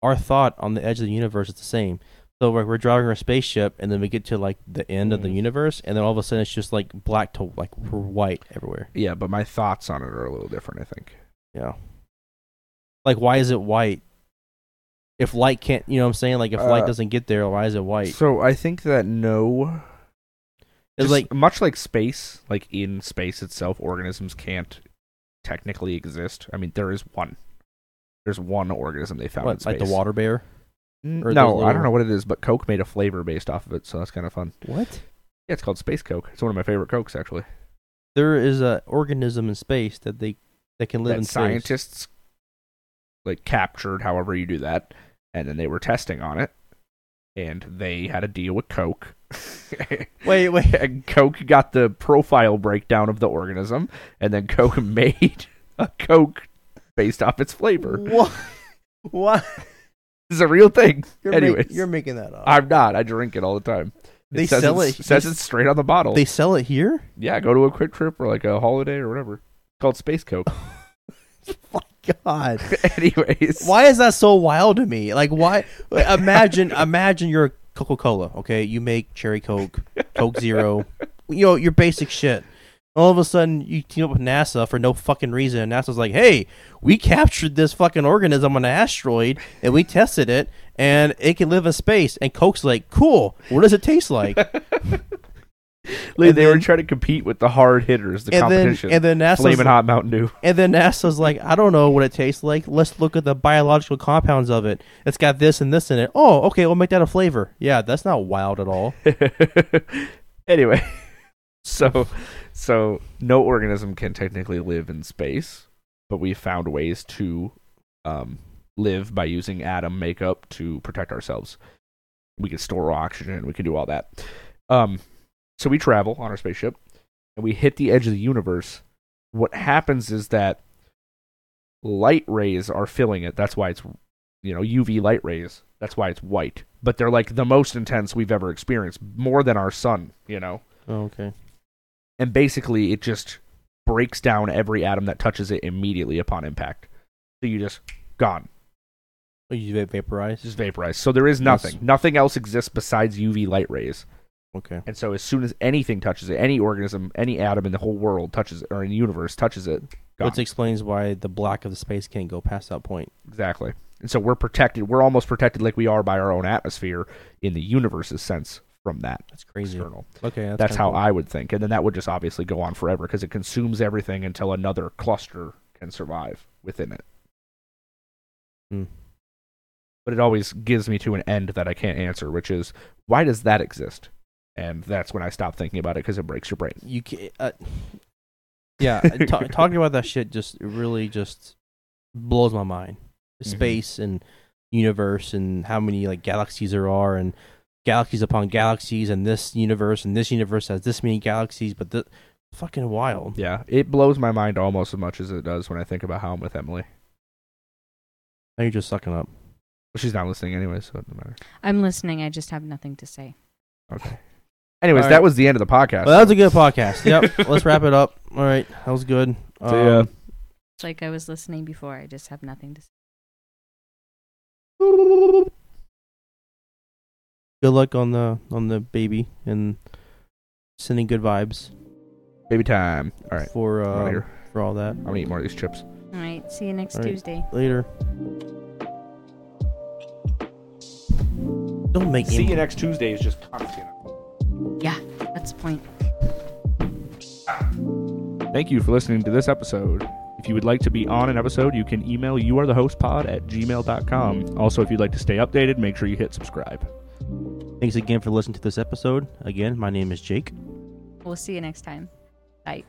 Speaker 3: our thought on the edge of the universe is the same. So like we're driving our spaceship, and then we get to like the end of the
Speaker 2: Mm.
Speaker 3: universe, and then all of a sudden it's just like black to like we're white everywhere.
Speaker 2: Yeah, but my thoughts on it are a little different. I think.
Speaker 3: Yeah. Like why is it white? If light can't, you know what I'm saying? Like if light
Speaker 2: Uh,
Speaker 3: doesn't get there, why is it white?
Speaker 2: So I think that no
Speaker 3: It's
Speaker 2: Just
Speaker 3: like
Speaker 2: much like space, like in space itself, organisms can't technically exist. I mean, there is one. There's one organism they found in
Speaker 3: what,
Speaker 2: space.
Speaker 3: like the water bear.
Speaker 2: N- no,
Speaker 3: or those
Speaker 2: I don't
Speaker 3: little-
Speaker 2: know what it is, but Coke made a flavor based off of it, so that's kind of fun.
Speaker 3: What?
Speaker 2: Yeah, it's called Space Coke. It's one of my favorite Cokes, actually.
Speaker 3: There is a organism in space that they that can live
Speaker 2: that
Speaker 3: in space.
Speaker 2: scientists like captured, however you do that, and then they were testing on it, and they had a deal with Coke.
Speaker 3: Wait, wait.
Speaker 2: and Coke got the profile breakdown of the organism, and then Coke made a Coke based off its flavor.
Speaker 3: What? What?
Speaker 2: This is a real thing.
Speaker 3: You're,
Speaker 2: Anyways,
Speaker 3: make, you're making that up.
Speaker 2: I'm not. I drink it all the time.
Speaker 3: They
Speaker 2: it says
Speaker 3: sell
Speaker 2: it's-
Speaker 3: it-
Speaker 2: Says it's straight on the bottle.
Speaker 3: they sell it here?
Speaker 2: yeah, go to a quick trip or like a holiday or whatever. It's called Space Coke.
Speaker 3: My God.
Speaker 2: Anyways,
Speaker 3: Why is that so wild to me? Like, why? Imagine, imagine you're Coca Cola. Okay, you make cherry Coke, Coke Zero. You know your basic shit. All of a sudden, you team up with NASA for no fucking reason. And NASA's like, "Hey, we captured this fucking organism on an asteroid, and we tested it, and it can live in space." And Coke's like, "Cool. What does it taste like?"
Speaker 2: Like,
Speaker 3: and
Speaker 2: they were
Speaker 3: then-
Speaker 2: trying to compete with the hard hitters, the
Speaker 3: and then,
Speaker 2: competition.
Speaker 3: and then NASA's
Speaker 2: Flaming Hot Mountain Dew.
Speaker 3: And then NASA's like, I don't know what it tastes like. Let's look at the biological compounds of it. It's got this and this in it. Oh, okay, we'll make that a flavor. Yeah, that's not wild at all.
Speaker 2: anyway, so so no organism can technically live in space, but we found ways to um, live by using atom makeup to protect ourselves. We can store oxygen. We can do all that. Um, so we travel on our spaceship, and we hit the edge of the universe. What happens is that light rays are filling it. That's why it's you know UV light rays. That's why it's white. But they're like the most intense we've ever experienced, more than our sun. You know,
Speaker 3: Oh, okay.
Speaker 2: and basically it just breaks down every atom that touches it immediately upon impact. So you just gone,
Speaker 3: Oh, you va- vaporize?
Speaker 2: just vaporized. So there is nothing.
Speaker 3: Yes.
Speaker 2: Nothing else exists besides UV light rays.
Speaker 3: Okay.
Speaker 2: And so as soon as anything touches it, any organism, any atom in the whole world touches it, or in the universe touches it, gone.
Speaker 3: Which explains why the black of the space can't go past that point.
Speaker 2: Exactly. And so we're protected. We're almost protected like we are by our own atmosphere in the universe's sense from that
Speaker 3: That's crazy.
Speaker 2: external.
Speaker 3: Okay, that's,
Speaker 2: That's
Speaker 3: kinda
Speaker 2: how
Speaker 3: cool.
Speaker 2: I would think, and then that would just obviously go on forever because it consumes everything until another cluster can survive within it.
Speaker 3: Hmm.
Speaker 2: But it always gives me to an end that I can't answer, which is why does that exist? And that's when I stop thinking about it because it breaks your brain.
Speaker 3: you can uh, yeah t- talking about that shit just it really just blows my mind
Speaker 2: Mhm.
Speaker 3: space and universe and how many like galaxies there are and galaxies upon galaxies and this universe and this universe has this many galaxies but the fucking wild
Speaker 2: Yeah, it blows my mind almost as much as it does when I think about how I'm with Emily.
Speaker 3: now you're just sucking up
Speaker 2: But she's not listening anyway, so it doesn't matter.
Speaker 1: I'm listening. I just have nothing to say.
Speaker 2: Okay. Anyways,
Speaker 3: All right.
Speaker 2: that was the end of the podcast.
Speaker 3: well that was a good podcast yep let's wrap it up all right that was good Um,
Speaker 2: See ya.
Speaker 1: It's like I was listening before. I just have nothing to say.
Speaker 3: good luck on the on the baby and sending good vibes
Speaker 2: Baby time. All right.
Speaker 3: for
Speaker 2: I'm, outta
Speaker 3: uh,
Speaker 2: here.
Speaker 3: for all that
Speaker 2: I'm gonna eat more of these chips.
Speaker 1: All right. See you next
Speaker 3: All right.
Speaker 1: Tuesday.
Speaker 3: later. Don't make me.
Speaker 2: next Tuesday is just content.
Speaker 1: Yeah. That's the point.
Speaker 2: Thank you for listening to this episode. If you would like to be on an episode, you can email you are the host pod at gmail.com. Also, if you'd like to stay updated, make sure you hit subscribe.
Speaker 3: Thanks again for listening to this episode. Again, my name is Jake.
Speaker 1: We'll see you next time. Bye.